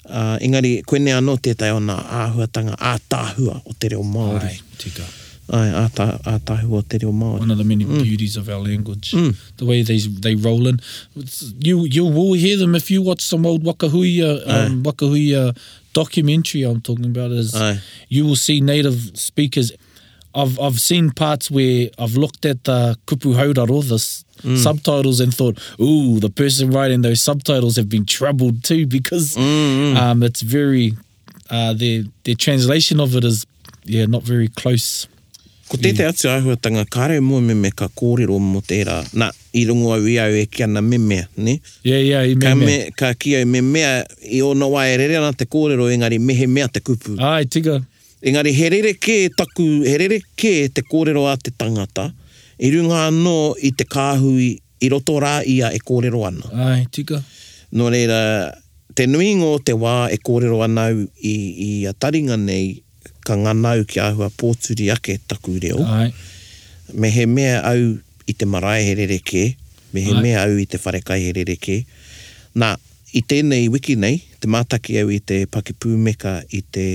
[SPEAKER 3] Uh, engari, koe ne anō tētai o nā āhuatanga, ātāhua o te reo Māori.
[SPEAKER 4] ai, tika.
[SPEAKER 3] Ai, ātā, ātāhua o te reo
[SPEAKER 4] One
[SPEAKER 3] Māori.
[SPEAKER 4] of the many beauties of our language, the way they they roll in. It's- You you will hear them if you watch some old Wakahuia um, Wakahuia documentary. I'm talking about is
[SPEAKER 3] Aye.
[SPEAKER 4] you will see native speakers. I've I've seen parts where I've looked at the kupu hauraro, the s- subtitles, and thought, "Ooh, the person writing those subtitles have been troubled too," because um, it's very uh, their their translation of it is yeah not very close.
[SPEAKER 3] Ko tētai atu āhuatanga, kāre mua me me ka kōrero mō tērā. Nā, i rongo au i au e kia na me mea, ne?
[SPEAKER 4] Yeah, yeah, i
[SPEAKER 3] Ka,
[SPEAKER 4] mea mea.
[SPEAKER 3] me, ka kia me mea i ona wā e rere ana te kōrero, engari mehe mea te kupu.
[SPEAKER 4] Ai, tiga.
[SPEAKER 3] Engari, he rere kē e taku, he rere kē e te kōrero a te tangata, i runga anō i te kāhui, i roto rā ia e kōrero ana.
[SPEAKER 4] Ai, tika.
[SPEAKER 3] Nō reira, te nui ngō te wā e kōrero anau i, i a taringa nei, ka nganau ki āhua pōturi ake taku reo.
[SPEAKER 4] Ai,
[SPEAKER 3] Me he mea au i te marae he rere kē, me he
[SPEAKER 4] Ai.
[SPEAKER 3] mea au i te wharekai he rere kē. Nā, i tēnei wiki nei, te mātaki au i te pakipūmeka i te...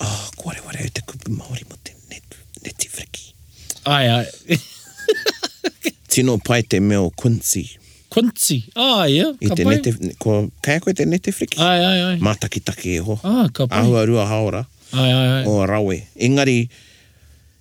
[SPEAKER 3] Oh, kore ware au te kupu Māori mo te net, neti whiriki.
[SPEAKER 4] ai, ai.
[SPEAKER 3] Tino pai te mea o Quincy.
[SPEAKER 4] Quincy. Ah, yeah.
[SPEAKER 3] I te
[SPEAKER 4] pai.
[SPEAKER 3] nete, ko, kaya koe te nete whiriki?
[SPEAKER 4] Ai, ai, ai.
[SPEAKER 3] Mātaki take e ho.
[SPEAKER 4] Ah, ka pai.
[SPEAKER 3] Ahua rua haora
[SPEAKER 4] Ai, ai, ai.
[SPEAKER 3] o rawe. Engari,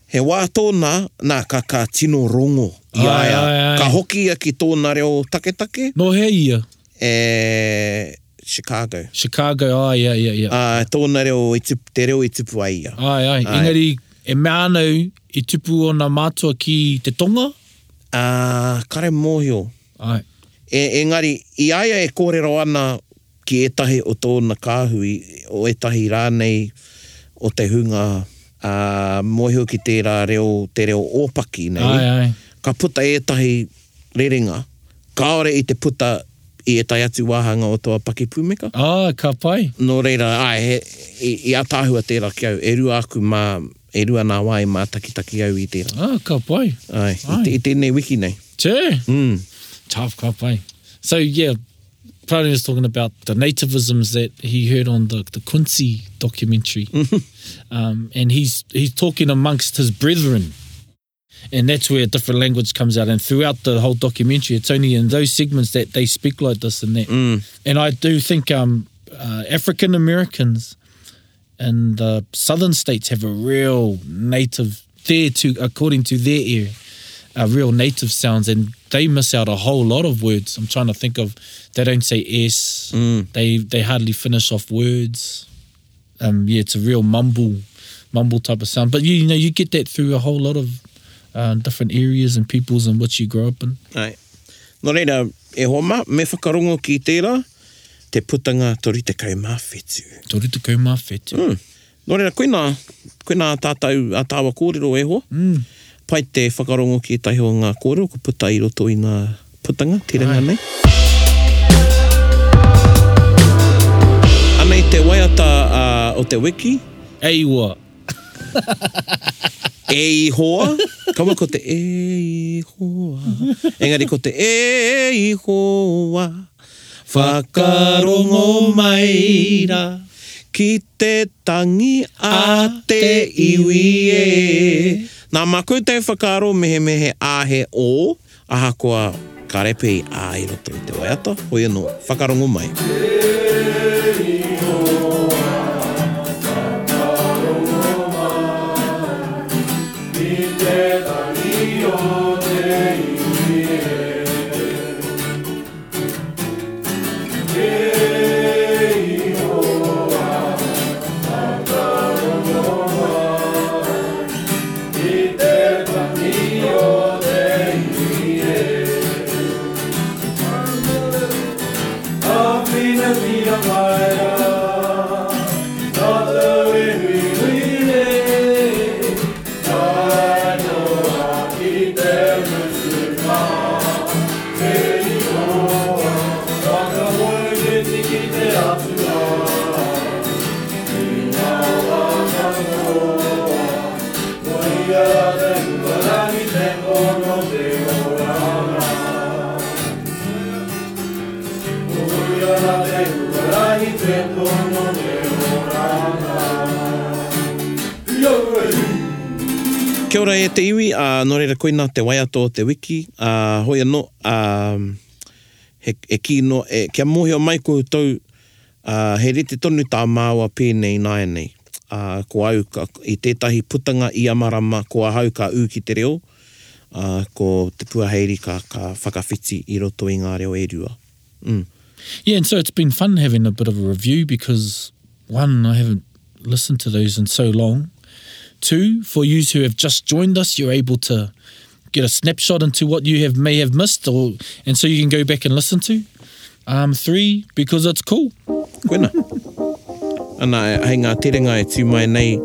[SPEAKER 3] he wā tōna, nā ka ka tino rongo. I
[SPEAKER 4] Ai,
[SPEAKER 3] aia.
[SPEAKER 4] ai, ai.
[SPEAKER 3] Ka hoki ia ki tōna reo taketake
[SPEAKER 4] No he ia.
[SPEAKER 3] e Chicago.
[SPEAKER 4] Chicago. Ai, ai, ai, ai.
[SPEAKER 3] Uh, tōna reo i tupu, te reo i tupu ai ia.
[SPEAKER 4] Ai, ai. Engari, e mea anau i tupu o nā mātua ki te tonga.
[SPEAKER 3] Uh, kare mōhio.
[SPEAKER 4] Ai.
[SPEAKER 3] E, engari, i aia e kōrero ana ki etahi o tōna kāhui, o etahi rānei o te hunga uh, mōhio ki tērā reo, te reo ōpaki nei.
[SPEAKER 4] Ai, ai.
[SPEAKER 3] ka puta ētahi rerenga, kaore i te puta i ētahi atu wāhanga o toa pakipūmeka.
[SPEAKER 4] Ah, ka pai.
[SPEAKER 3] Nō reira, ai, he, i, i ātāhua tērā ki au, e rua aku mā, e rua nā wā i mā takitaki au i tērā.
[SPEAKER 4] Ah, ka pai.
[SPEAKER 3] Ai,
[SPEAKER 4] Ai.
[SPEAKER 3] i, te, i tēnei wiki nei.
[SPEAKER 4] Che.
[SPEAKER 3] Mm.
[SPEAKER 4] Tough ka pai. So, yeah. Prawn was talking about the nativisms that he heard on the, the Quincy documentary. um, and he's he's talking amongst his brethren. And that's where a different language comes out. And throughout the whole documentary, it's only in those segments that they speak like this and that. And I do think um, uh, African Americans in the southern states have a real native there to according to their ear, a uh, real native sounds, and they miss out a whole lot of words. I'm trying to think of they don't say s, they they hardly finish off words. Um, yeah, it's a real mumble, mumble type of sound. But you, you know, you get that through a whole lot of uh, different areas and peoples in which you grow up in.
[SPEAKER 3] Ai. Nō reira, e homa, me whakarongo ki tērā, te putanga tori te kau mā whetū.
[SPEAKER 4] Tōrita kaumā whetū.
[SPEAKER 3] Mm. Nō reira, koe nā, koe nā tātau a tāwa kōrero e hoa.
[SPEAKER 4] Mm.
[SPEAKER 3] Pai te whakarongo ki tahi o ngā kōrero, ko puta i roto i ngā putanga, te ranga nei. Anei te waiata uh, o te wiki,
[SPEAKER 4] Aiwa.
[SPEAKER 3] e i hoa, kaua ko te e i hoa, engari ko te e i hoa, whakarongo maira, ki te tangi a te iwi e. Nā mākou te whakaro mehe mehe āhe o, ahakoa karepe i ā i roto i te waiata, hoi anō, whakarongo mai. Kia ora e te iwi, a uh, no reira koina te waiato o te wiki, a uh, hoi anō, a um, he, he kino, e, kia mōhio mai koutou, uh, he rete tonu tā māua pēnei nāi nei. Uh, ko au ka, i tētahi putanga i amarama, ko ahau ka ū ki te reo, uh, ko te puaheiri ka, ka whakawhiti i roto i ngā reo e rua. Mm.
[SPEAKER 4] Yeah, and so it's been fun having a bit of a review because one, I haven't listened to those in so long. Two, for you who have just joined us, you're able to get a snapshot into what you have may have missed, or and so you can go back and listen to. Um, three, because it's cool.
[SPEAKER 3] Koina. Ana, hei ngā terenga e tū mai nei,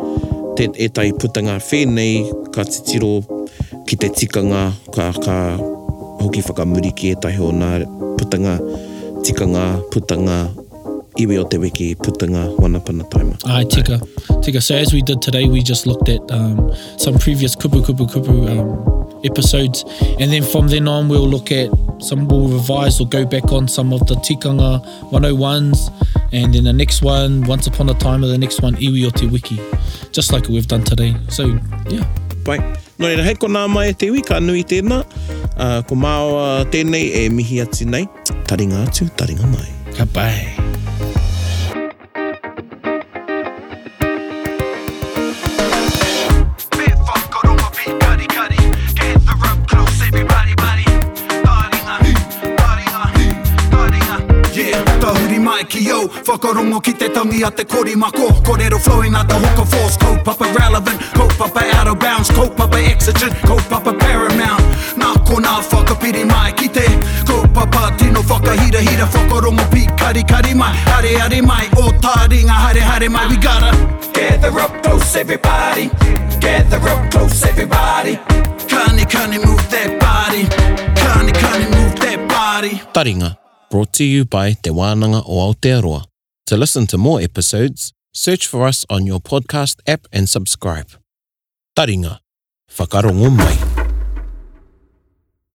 [SPEAKER 3] te, e tai putanga whenei, ka titiro, ki te tikanga, ka, ka hoki whakamuriki e tai o nā putanga, tikanga, putanga, iwi o te wiki, putanga, wanapana taima.
[SPEAKER 4] Aye, tika. Tika. So as we did today, we just looked at um, some previous Kupu Kupu Kupu um, episodes. And then from then on, we'll look at some, we'll revise or go back on some of the Tikanga 101s. And then the next one, Once Upon a Time, or the next one, Iwi o Te Wiki. Just like we've done today. So, yeah.
[SPEAKER 3] Pai. No reira, hei kona mai e te iwi, ka nui tēnā. Uh, ko māua tēnei e mihi atu nei. Taringa atu, taringa mai.
[SPEAKER 4] Goodbye.
[SPEAKER 1] Bit whakarongo pikari kari. Get the rope close, everybody, buddy. Taringa, taringa, taringa. Yeah, tahuri mai ki au Whakarongo ki te tangi a te kori mako Korero flowing a te hoka force Kaupapa relevant, kaupapa out of bounds Kaupapa exigent, kaupapa paramount Nā ko nā whakapiri mai ki te Kaupapa tino whakahira hira Whakarongo pikari kari mai Hare hare mai, o taringa hare hare mai We gotta
[SPEAKER 2] Gather up close, everybody. Gather up close, everybody.
[SPEAKER 1] Kani kani move that body. Kani kani move that body.
[SPEAKER 3] Taringa, brought to you by Te Wānanga o Aotearoa. To listen to more episodes, search for us on your podcast app and subscribe. Taringa, whakarongo mai.